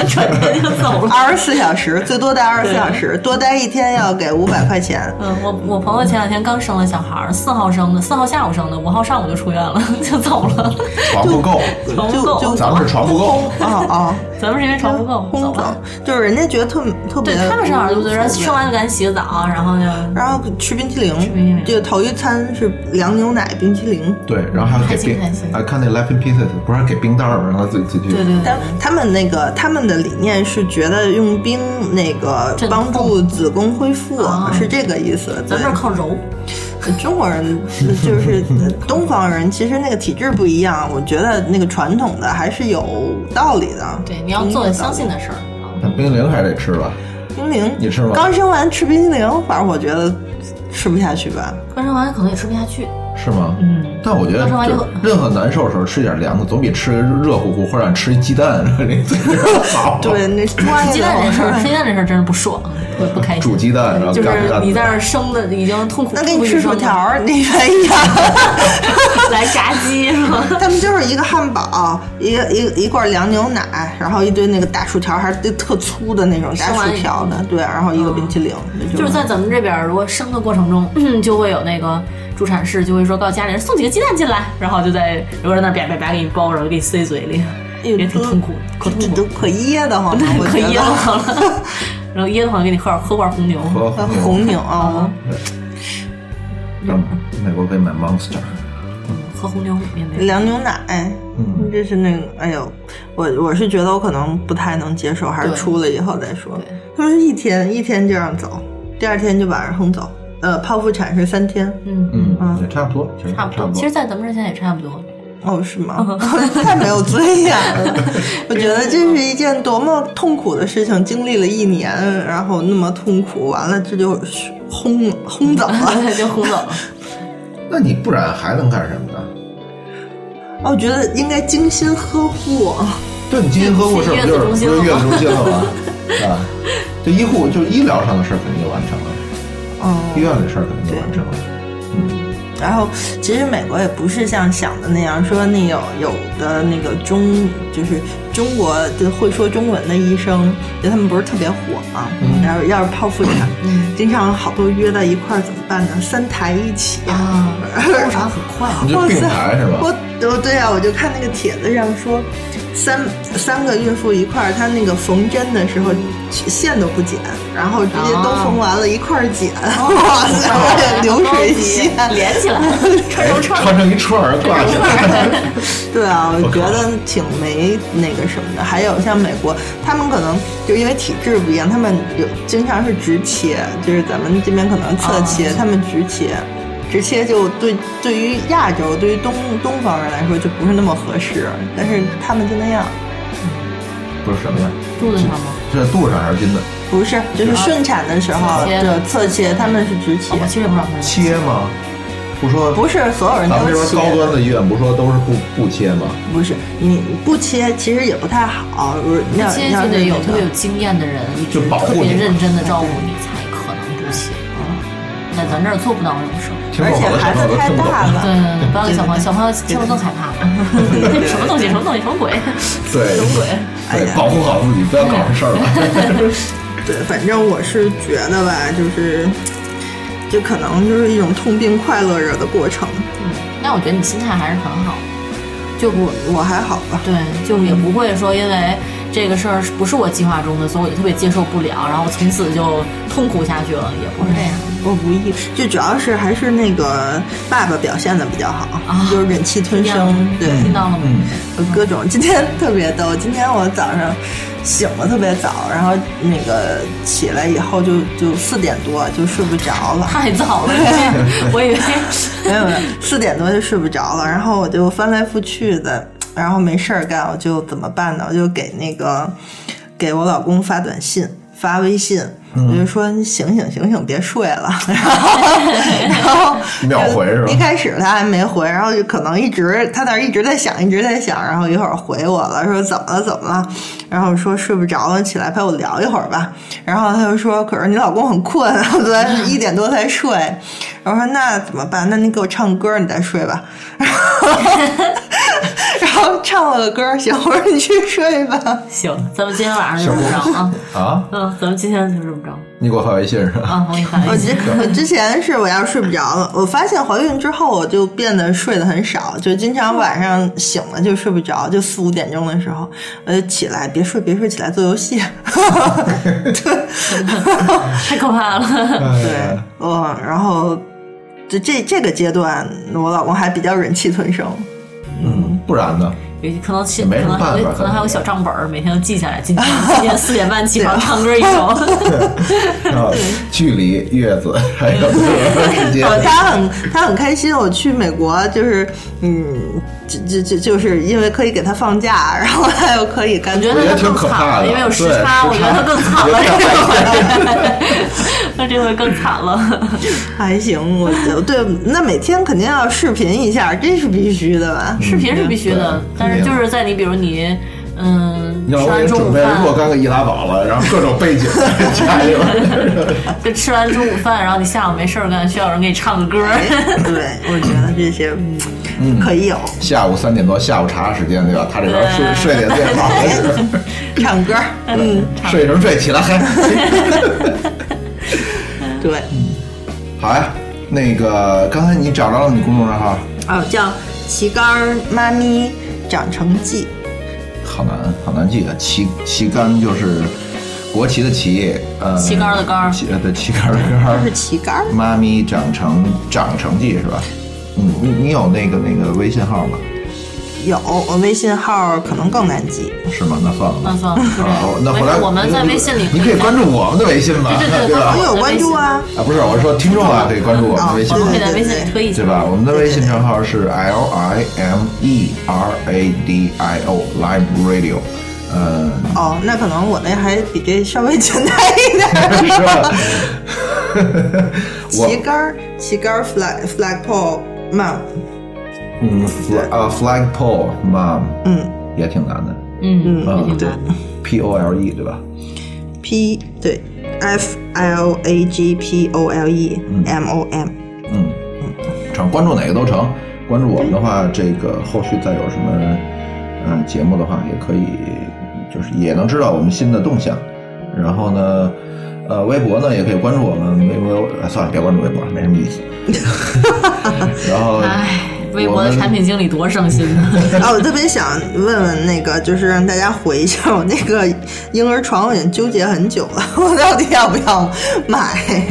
转天就走了。二十四小时，最多待二十四小时，多待一天要给五百块钱。嗯，我我朋友前两天刚生了小孩儿，四号生的，四号下午生的，五号上午 就出院了，就走了。床不够，床不就够就咱们是床不够。 哦哦，咱们是因为床不够，空走走吧。，就是人家觉得特特对别的，他们是二十多岁，然后生完就赶紧洗个澡，啊然后就然后吃冰淇吃冰淇淋，淋就头一餐是凉牛奶冰淇淋。对，然后还有开给心冰嗯开心啊，看那 Life in Pieces 不是还给冰袋儿吗，然后自己自己对对对但他们那个他们的理念是觉得用冰那个镇痛帮助子宫恢复，啊是这个意思。对咱们这儿靠揉， 中国人就是东方人，其实那个体质不一样，我觉得那个传统的还是有道理的。对，你要做你相信的事儿。啊但冰淇淋还得吃吧？冰淇淋，你吃吗刚生完吃冰淇淋，反正我觉得吃不下去吧。刚生完可能也吃不下去，是吗？嗯，但我觉得刚吃完就就任何难受的时候吃点凉的，总比吃热乎乎或者吃鸡蛋那嘴上 好。对，，那抓哦鸡蛋 这事儿，吃鸡蛋这事儿真是不爽，不不开心。煮鸡蛋然后就嘎吱是嘎吱你在那儿生的已经痛苦，那给你吃薯条儿，儿， 你愿意啊？来炸鸡是 吗？他们就是一个汉堡，一个一个一罐凉牛奶，然后一堆那个大薯条，还是特粗的那种大生完薯以条后的，对，然后一个冰淇淋，就是在咱们这边儿，如果生的过程中， 就会有那个助产士就会说告诉家里人送几个鸡蛋进来，然后就在有人那儿叭叭叭给你包，然后给你塞嘴里，哎呦也挺痛苦，可这痛都苦，可噎 得慌了，我可觉得噎得慌了。 然后噎得慌，给你喝喝罐红牛。和呃红红牛，牛啊，嗯，美国可以买 Monster。嗯喝红牛也没有。凉牛奶，嗯，这是那个，哎呦，我我是觉得我可能不太能接受，还是对出了以后再说对。他们是一天一天这样走，第二天就把人轰走，呃，剖腹产是三天，嗯，嗯，嗯也差不多，其实差不不多。其实，在咱们这现在也差不多。 哦，是吗？ 太没有尊严了！ 我觉得这是一件多么痛苦的事情，经历了一年，然后那么痛苦，完了这就轰轰走 了。就轰走了，那你不然还能干什么呢？哦我觉得应该精心呵护，啊对你基因呵护是不是就是不去是月子中心了月子吗中心了 吗？啊，就医护就是医疗上的事儿肯定就完成了，医嗯，院的事儿肯定就完成了。然后其实美国也不是像想的那样说，那有有的那个中就是中国就会说中文的医生，就他们不是特别火嘛、嗯然后要是剖腹产，嗯经常好多约到一块儿怎么办呢？三台一起啊，复查很快，啊你就哇塞并排是吧？我我对啊，我就看那个帖子上说，三三个孕妇一块儿，她那个缝针的时候线都不剪，然后直接都缝完哦了，一块儿剪，哇塞，我得流水线。连 起来，串成串儿。哎穿成一串儿挂起来。对啊，我我靠觉得挺没那个什么的。还有像美国，他们可能就因为体质不一样，他们有经常是直切，就是咱们这边可能侧切，啊他们直切。直切就对对于亚洲，对于东东方人来说就不是那么合适，但是他们就那样， 不是什么呀？肚子上吗？这肚子上还是筋的？不是就是顺产的时候侧切对侧切，他们是直切，我其实也不知道他切吗？不说啊不是所有人都咱们这边切。高端的医院不说都是不不切吗？不是你不切其实也不太好，如果要切要就是得有那个特别有经验的人，一直就保护特别你嘛认真的照顾你，才可能不切。在咱这儿做不到这种事儿。听而懂且了，孩小朋子友都太听不懂。大对了，对对，不要给小朋友，小朋友听了更害怕。什么东西？什么东西？什么鬼？对什么 鬼？哎对呀，哎保护好自己，不要搞出事儿来。 对，反正我是觉得吧，就是，就可能就是一种痛并快乐着的过程。嗯，但我觉得你心态还是很好，就不我还好吧，对，就也不会说因为这个事儿是不是我计划中的，所以我就特别接受不了，然后从此就痛苦下去了，也不是这样。我无意，就主要是还是那个爸爸表现的比较好，啊就是忍气吞这样声，嗯对，听到了吗？嗯，各种。今天特别逗，今天我早上醒的特别早，然后那个起来以后就就四点多就睡不着 了。太早了，我以为 没有没有，四点多就睡不着了，然后我就翻来覆去的，然后没事儿干，我就怎么办呢？我就给那个给我老公发短信。发微信，嗯我就说你醒醒醒醒，别睡了。 然后，然后 秒回是吧一开始他还没回，然后就可能一直他那儿一直在想，一直在想，然后一会儿回我了，说怎么了怎么了，然后我说睡不着了，起来陪我聊一会儿吧。然后他就说，可是你老公很困，我昨天一点多才睡。然后说那怎么办？那你给我唱歌，你再睡吧。 然后唱了个歌，小辉儿你去睡吧。行，咱们今天晚上就这么着啊。 啊，嗯，咱们今天就这么着你给我发微信是吧？啊，我给你发我微之信。我之前是我要睡不着了，我发现怀孕之后我就变得睡得很少，就经常晚上醒了就睡不着，就四五点钟的时候我就起来，别睡别睡，起来做游戏。对，太可怕了。哎对，嗯，然后这这这个阶段，我老公还比较忍气吞声。嗯，不然 呢？有可能去，没可什么能办法还有可能还有小账本儿，每天都记下来。今天今天四点半起床唱歌一首， 啊，距离、月子还 有自由时间，呃，他很他很开心，我去美国就是，嗯，就就就就是因为可以给他放假， 然后他又可以干我脆觉我得觉得他挺更可惨怕了，的，因为有时对差，我觉得他更惨了。这回， 那这回更惨了。嗯还行，我觉得对，那每天肯定要视频一下，这是必须的吧？视频是必须的对，但是肯定就是在你比如你嗯你吃看我完也中准午备若饭，干个易拉宝了，然后各种背景加进 来。就吃完中午饭，然后你下午没事儿干，需要有人给你唱个歌儿。哎 对，我觉得这些可以有，下午三点多下午茶时间对吧？他这边睡对睡得也最好 了，唱歌，嗯，睡什么睡？起来嗨。 对， 好呀，那个刚才你找着了你公众账号，哦，叫旗杆儿妈咪长成记，好难好难记啊！旗旗杆就是国旗的旗，呃，旗杆的杆儿旗呃对，旗杆的杆就儿 是。旗杆儿，妈咪长成长成记是吧？嗯，你你有那个那个微信号吗？有我微信号可能更难记，是吗？那算了，那算了，就这啊样。那没回事来我们在微信里你可以关注我们的微信嘛，对对对吧我？对有关注啊，啊，不是，我是说听众啊，可以关注我们的微信我，们可以对在微信里推一下对。吧？我们的微信账号是 L I M E R A D I O Live Radio，呃，哦，那可能我那还比这稍微简单一点儿。是吧？旗我杆儿，旗杆儿 flag flag pole mom，嗯，fl 啊，flagpole mom，嗯也挺难的嗯，嗯明白对，P O L E 对吧？ ，p 对 f l a g p o l e m o m，嗯，成，关注哪个都成。关注我们的话，这个后续再有什么呃节目的话，也可以就是也能知道我们新的动向。然后呢，呃，微博呢也可以关注我们，微博、啊、算了，别关注微博了，没什么 意思。然后，唉，哎微博的产品经理多伤心呢。啊，我特别想问问那个，就是让大家回一下我那个婴儿床，我已经纠结很久了，我到底要不要买？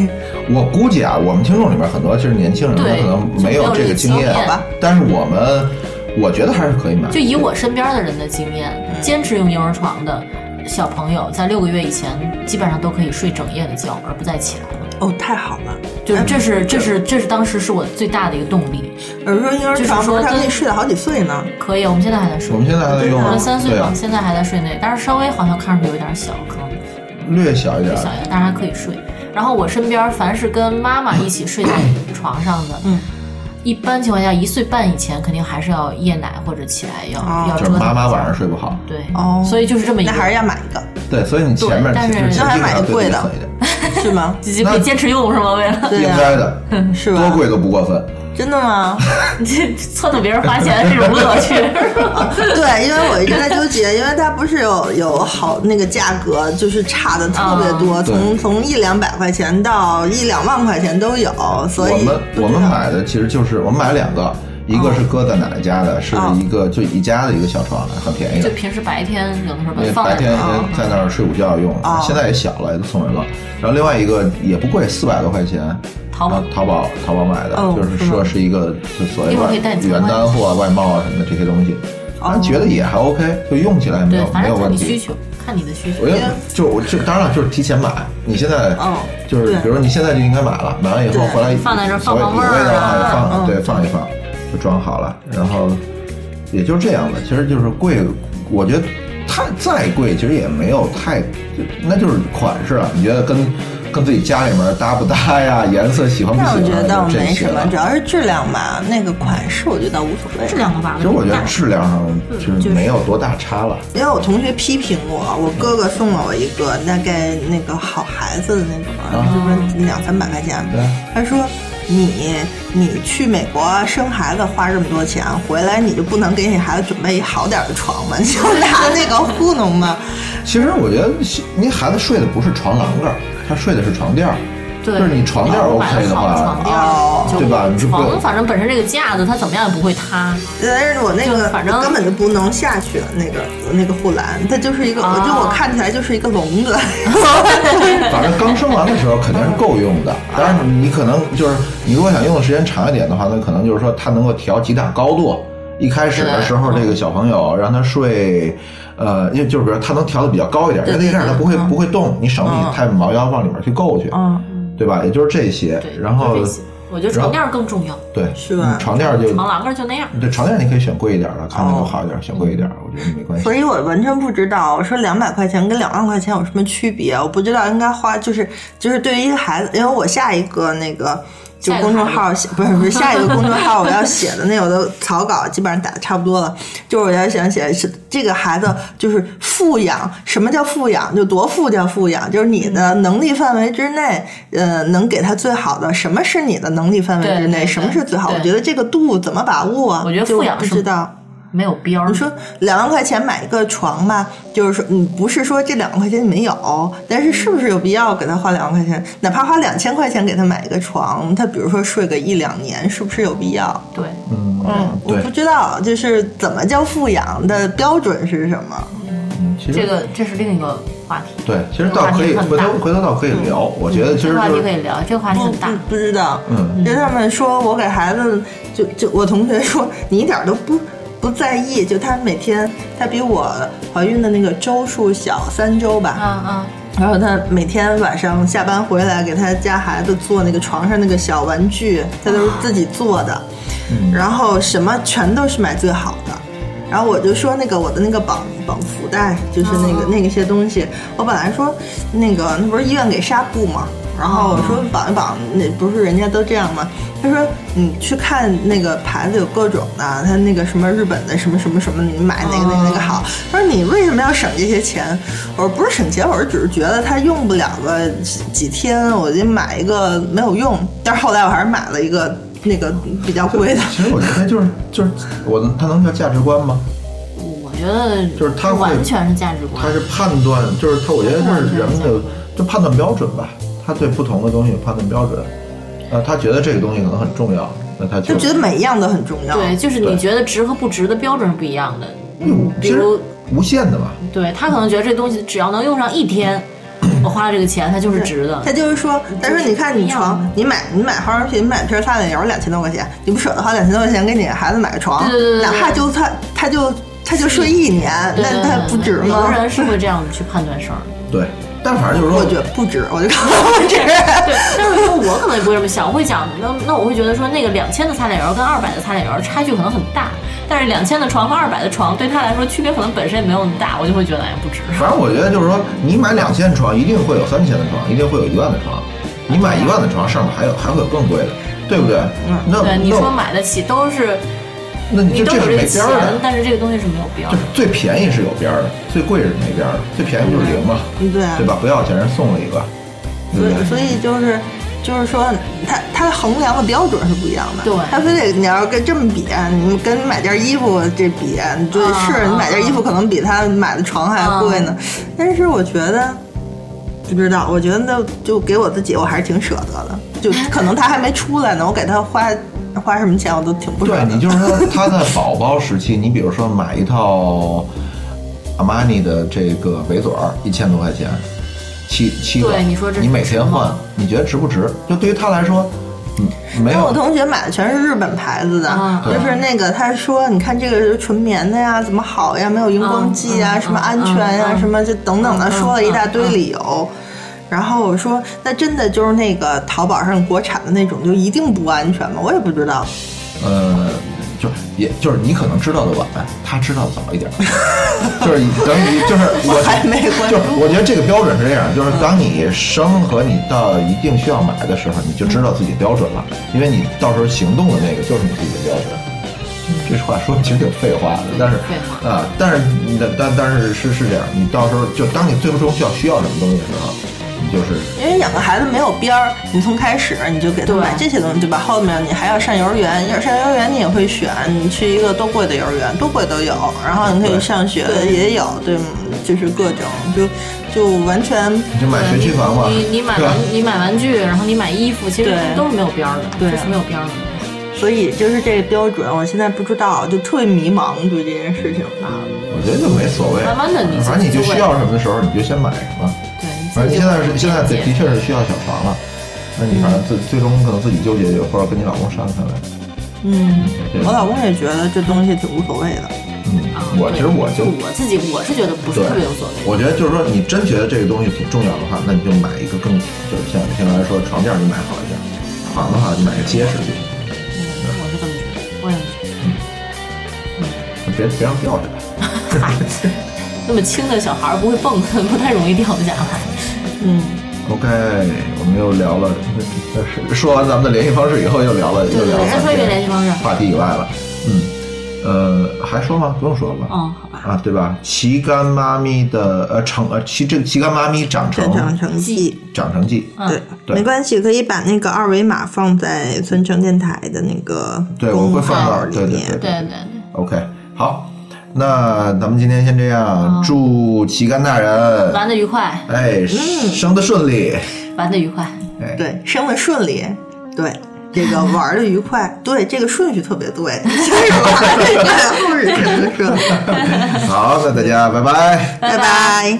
我估计啊，我们听众里面很多就是年轻人，他对可能没有这个经就没有这个经验验好吧，但是我们我觉得还是可以买。 就以我身边的人的经验，嗯坚持用婴儿床的小朋友，在六个月以前基本上都可以睡整夜的觉，而不再起来了。哦，太好了！哎就是这是这是这是当时是我最大的一个动力。有人说婴儿床不就是说是他们跟那睡了好几岁呢？可以，我们现在还在睡。我们现在还在用我啊们三，岁对嘛，啊，现在还在睡那个，但是稍微好像看上去有点小，可能略小一点小，一点，但是还可以睡。然后我身边凡是跟妈妈一起 睡在床上的，嗯，一般情况下一岁半以前肯定还是要夜奶或者起来要、哦要就折是腾。妈妈晚上睡不好。对，哦所以就是这么一那个，还是要买一个，对，所以你前面对但是其实那还尽量买对贵的自己狠一点是吗？就就可那以坚持用是吗？为了 对应呀、该的， 是吧多贵都不过分。真的吗？你这撺掇别人花钱的这种乐趣，对，因为我一直在纠结，因为它不是有有好那个价格，就是差的特别嗯多，对从从一两百块钱到一两万块钱都有，所以我们不知道我们买的其实就是我们买了两个，一个是搁在奶奶家的，是哦一个就宜家的一个小床，很便宜 就的。平时白天有的时候把因它为放白着天啊，在那儿睡午觉用哦，现在也小了，也都送人了。然后另外一个也不贵，四百多块钱，淘宝啊淘宝淘宝买的，哦就是是吗说是一个就所谓一会儿外可以带你参观原单货啊、外贸啊什么的这些东西，哦反正觉得也还 OK，就用起来没对，有反没有正看问你题。需求，看你的需求我。觉得就我就当然了，就是提前买。你现在哦就是对比如说你现在就应该买了，买完以后对回来放在这儿所谓放放有味儿味道的啊话放对放一放就装好了，然后也就是这样的。其实就是贵，我觉得太再贵其实也没有太，就那就是款式了。你觉得跟跟自己家里面搭不搭呀？颜色喜欢不喜但欢我？觉得倒就这没些什了么，主。要是质量吧，那个款式我觉得倒无所谓。质量的吧，其实我觉得质量上其就实是没有多大差了。因为我同学批评我，我哥哥送了我一个大概那个好孩子的那种，啊，啊就是两三百块钱对。他说你你去美国生孩子花这么多钱，回来你就不能给你孩子准备一好点儿的床吗？你 就拿那个糊弄吗？其实我觉得，您孩子睡的不是床栏杆儿，他睡的是床垫儿。对，就是你床垫儿然后买 OK 的好话床，垫儿哦就对吧你就不床反正本身这个架子它怎么样也不会塌，但是我那个就反正根本就不能下去，那个那个护栏，它就是一个，啊我就我看起来就是一个笼子。反正刚生完的时候肯定是够用的。嗯当然，你可能就是你如果想用的时间长一点的话，那可能就是说它能够调几档高度。一开始的时候，这个小朋友让他睡，呃，因为就是比如他能调的比较高一点，因为那样他不会嗯不会动，你省你太毛腰往里面去够去，啊嗯，对吧？也就是这些对，。然后就这些我觉得床垫儿更重要，对，是吧嗯床垫儿就床栏杆儿就那样。对床垫儿你可以选贵一点的，看着哦就好一点，选贵一点，我觉得没关系所。以我完全不知道，我说两百块钱跟两万块钱有什么区别？我不知道应该花，就是就是对于一个孩子，因为我下一个那个。就下一个公众号孩 写不是不是下一个公众号我要写的那我的草稿基本上打的差不多了，就是我要想写是这个孩子就是富养，什么叫富养？就多富叫富养，就是你的嗯能力范围之内，呃，能给他最好的。什么是你的能力范围对之内？对什么对是最好？我对觉得这个度怎么把握啊？我觉得就富养不是知道。没有边儿。你说两万块钱买一个床吧，就是说，嗯，不是说这两万块钱你没有，但是是不是有必要给他花两万块钱？哪怕花两千块钱给他买一个床，他比如说睡个一两年，是不是有必要？对，嗯，我哎对不知道，就是怎么叫富养的标准是什么？嗯其实这个这是另一个话题，对，其实倒可以这个话回题很大头回头倒可以聊，我觉得其这实个话就题是可以聊，这个话题不很大不。不知道，嗯就他们说我给孩子，就就我同学说你一点都不不在意，就他每天他比我怀孕的那个周数小三周吧，嗯嗯，然后他每天晚上下班回来，给他家孩子做那个床上那个小玩具，他都是自己做的，然后什么全都是买最好的。然后我就说那个我的那个绑绑福袋，就是那个、那些东西，我本来说那个那不是医院给纱布吗？然后我说绑一绑，那不是人家都这样吗？他说你去看那个牌子有各种的，他那个什么日本的什么什么什么，你买那个那个那个好。他说你为什么要省这些钱？我说不是省钱，我是只是觉得它用不了个几天，我就买一个没有用。但是后来我还是买了一个那个比较贵的。 其实我觉得就是就是我能，它能叫价值观吗？我觉得就是他会完全是价值观它。是判断，就是它，我觉得就是人们的就判断标准吧，他对不同的东西有判断标准。那他觉得这个东西可能很重要，那他就就觉得每一样都很重要，对，就是对你觉得值和不值的标准是不一样的。嗯比其实如，无限的嘛。对他可能觉得这东西只要能用上一 天，我花了这个钱，它就是值的。他就是说，他说你看你不一床样，你买你买化妆品，你买瓶擦脸油两千多块钱，你不舍得花两千多块钱给你孩子买个床，对对对对对哪怕就他他就他就睡一年，对那对他对不对值每吗个？人是会这样去判断事儿的。对，但反正就是说，我觉得不值，我就告诉我不值。 对，但是说我可能也不会这么想，我会讲，那那我会觉得说，那个两千的擦脸油跟二百的擦脸油差距可能很大，但是两千的床和二百的床对他来说区别可能本身也没有那么大，我就会觉得哎不值。反正我觉得就是说，你买两千床，一定会有三千的床，一定会有一万的床。你买一万的床，上面还有还会有更贵的，对不对？嗯，那对，你说那买得起都是那你你就都这有是这个没边钱儿的，，但是这个东西是没有标就的是。最便宜是有边儿的，最贵是没边儿的，最便宜就是零嘛，对啊对吧？不要钱，人送了一个，对所不对？以所以就是就是说，他他衡量的标准是不一样的。对他非得你要跟这么比，你跟买件衣服这比，对，啊是你买件衣服可能比他买的床还贵呢。但是我觉得。不知道，我觉得那就给我自己，我还是挺舍得的。就可能他还没出来呢，我给他花花什么钱，我都挺不舍对得。你就是说，他在宝宝时期，你比如说买一套阿玛尼的这个围嘴儿，一千多块钱，七七个，对你说这你每天值换吗，你觉得值不值？就对于他来说，嗯，没因为我有。同学买的全是日本牌子的，啊就是那个他说，你看这个是纯棉的呀，怎么好呀，没有荧光剂呀，嗯嗯什么安全呀，嗯嗯什么就等等的，嗯嗯说了一大堆理由。然后我说，那真的就是那个淘宝上国产的那种，就一定不安全吗？我也不知道。呃，就是也就是你可能知道的晚，他知道的早一点儿，就是等于就是我还没关就注是我觉得这个标准是这样，就是当你生和你到一定需要买的时候，你就知道自己标准了，因为你到时候行动的那个就是你自己的标准。这话说的其实挺废话的，但是废话啊，但是你的但但是是是这样，你到时候就当你最终需要需要什么东西的时候，你就是因为养个孩子没有边儿，你从开始你就给他对买这些东西，对吧？后面你还要上幼儿园，要上幼儿园你也会选，你去一个多贵的幼儿园，多贵都有，然后你可以对上学对也有，对，嗯就是各种就就完全你就买学区房嘛，你你买对吧玩？你买玩具，然后你买衣服，其实对都是没有边儿的，对啊就是没有边儿的。所以就是这个标准，我现在不知道，就特别迷茫对这件事情吧。啊我觉得就没所谓，慢慢地你反正你就自己需会要什么的时候你就先买什么。对，你反正自己现在有是现在的边的界确是需要小床了，那你反正最最终可能自己纠结，或者跟你老公商量商量。嗯，对我老公也觉得这东西挺无所谓的。啊嗯，我其对实我就就我自己，我是觉得不是对特别有所谓。我觉得就是说，你真觉得这个东西挺重要的话，那你就买一个更，就是像像刚才说床垫儿你买好一点，房子好你买个结实的就行，嗯我是这么觉得，我也是这么觉别别让掉下来。得。 那么轻的小孩儿不会蹦，不太容易掉下来。嗯， OK，我们又聊了，那是说完咱们的联系方式以后，又聊了又对对聊了对，再说一遍联系方式。话题以外了。嗯，呃，还说吗？不用说了吧。哦嗯，好吧。啊，对吧？旗杆妈咪的呃成呃旗这旗杆妈咪长成正常成绩。长成记，嗯对，对没关系，可以把那个二维码放在孙城电台的那个对我会放到公号里对对面对对对对， OK，好，那咱们今天先这哦样，祝旗杆大人，玩的愉快，哎，生的顺利，玩的愉快。哎，嗯对，生的顺利，对。这个玩的愉快，对这个顺序特别对， 先是玩的愉快，后是生的顺利， 好，那大家拜拜。 拜拜。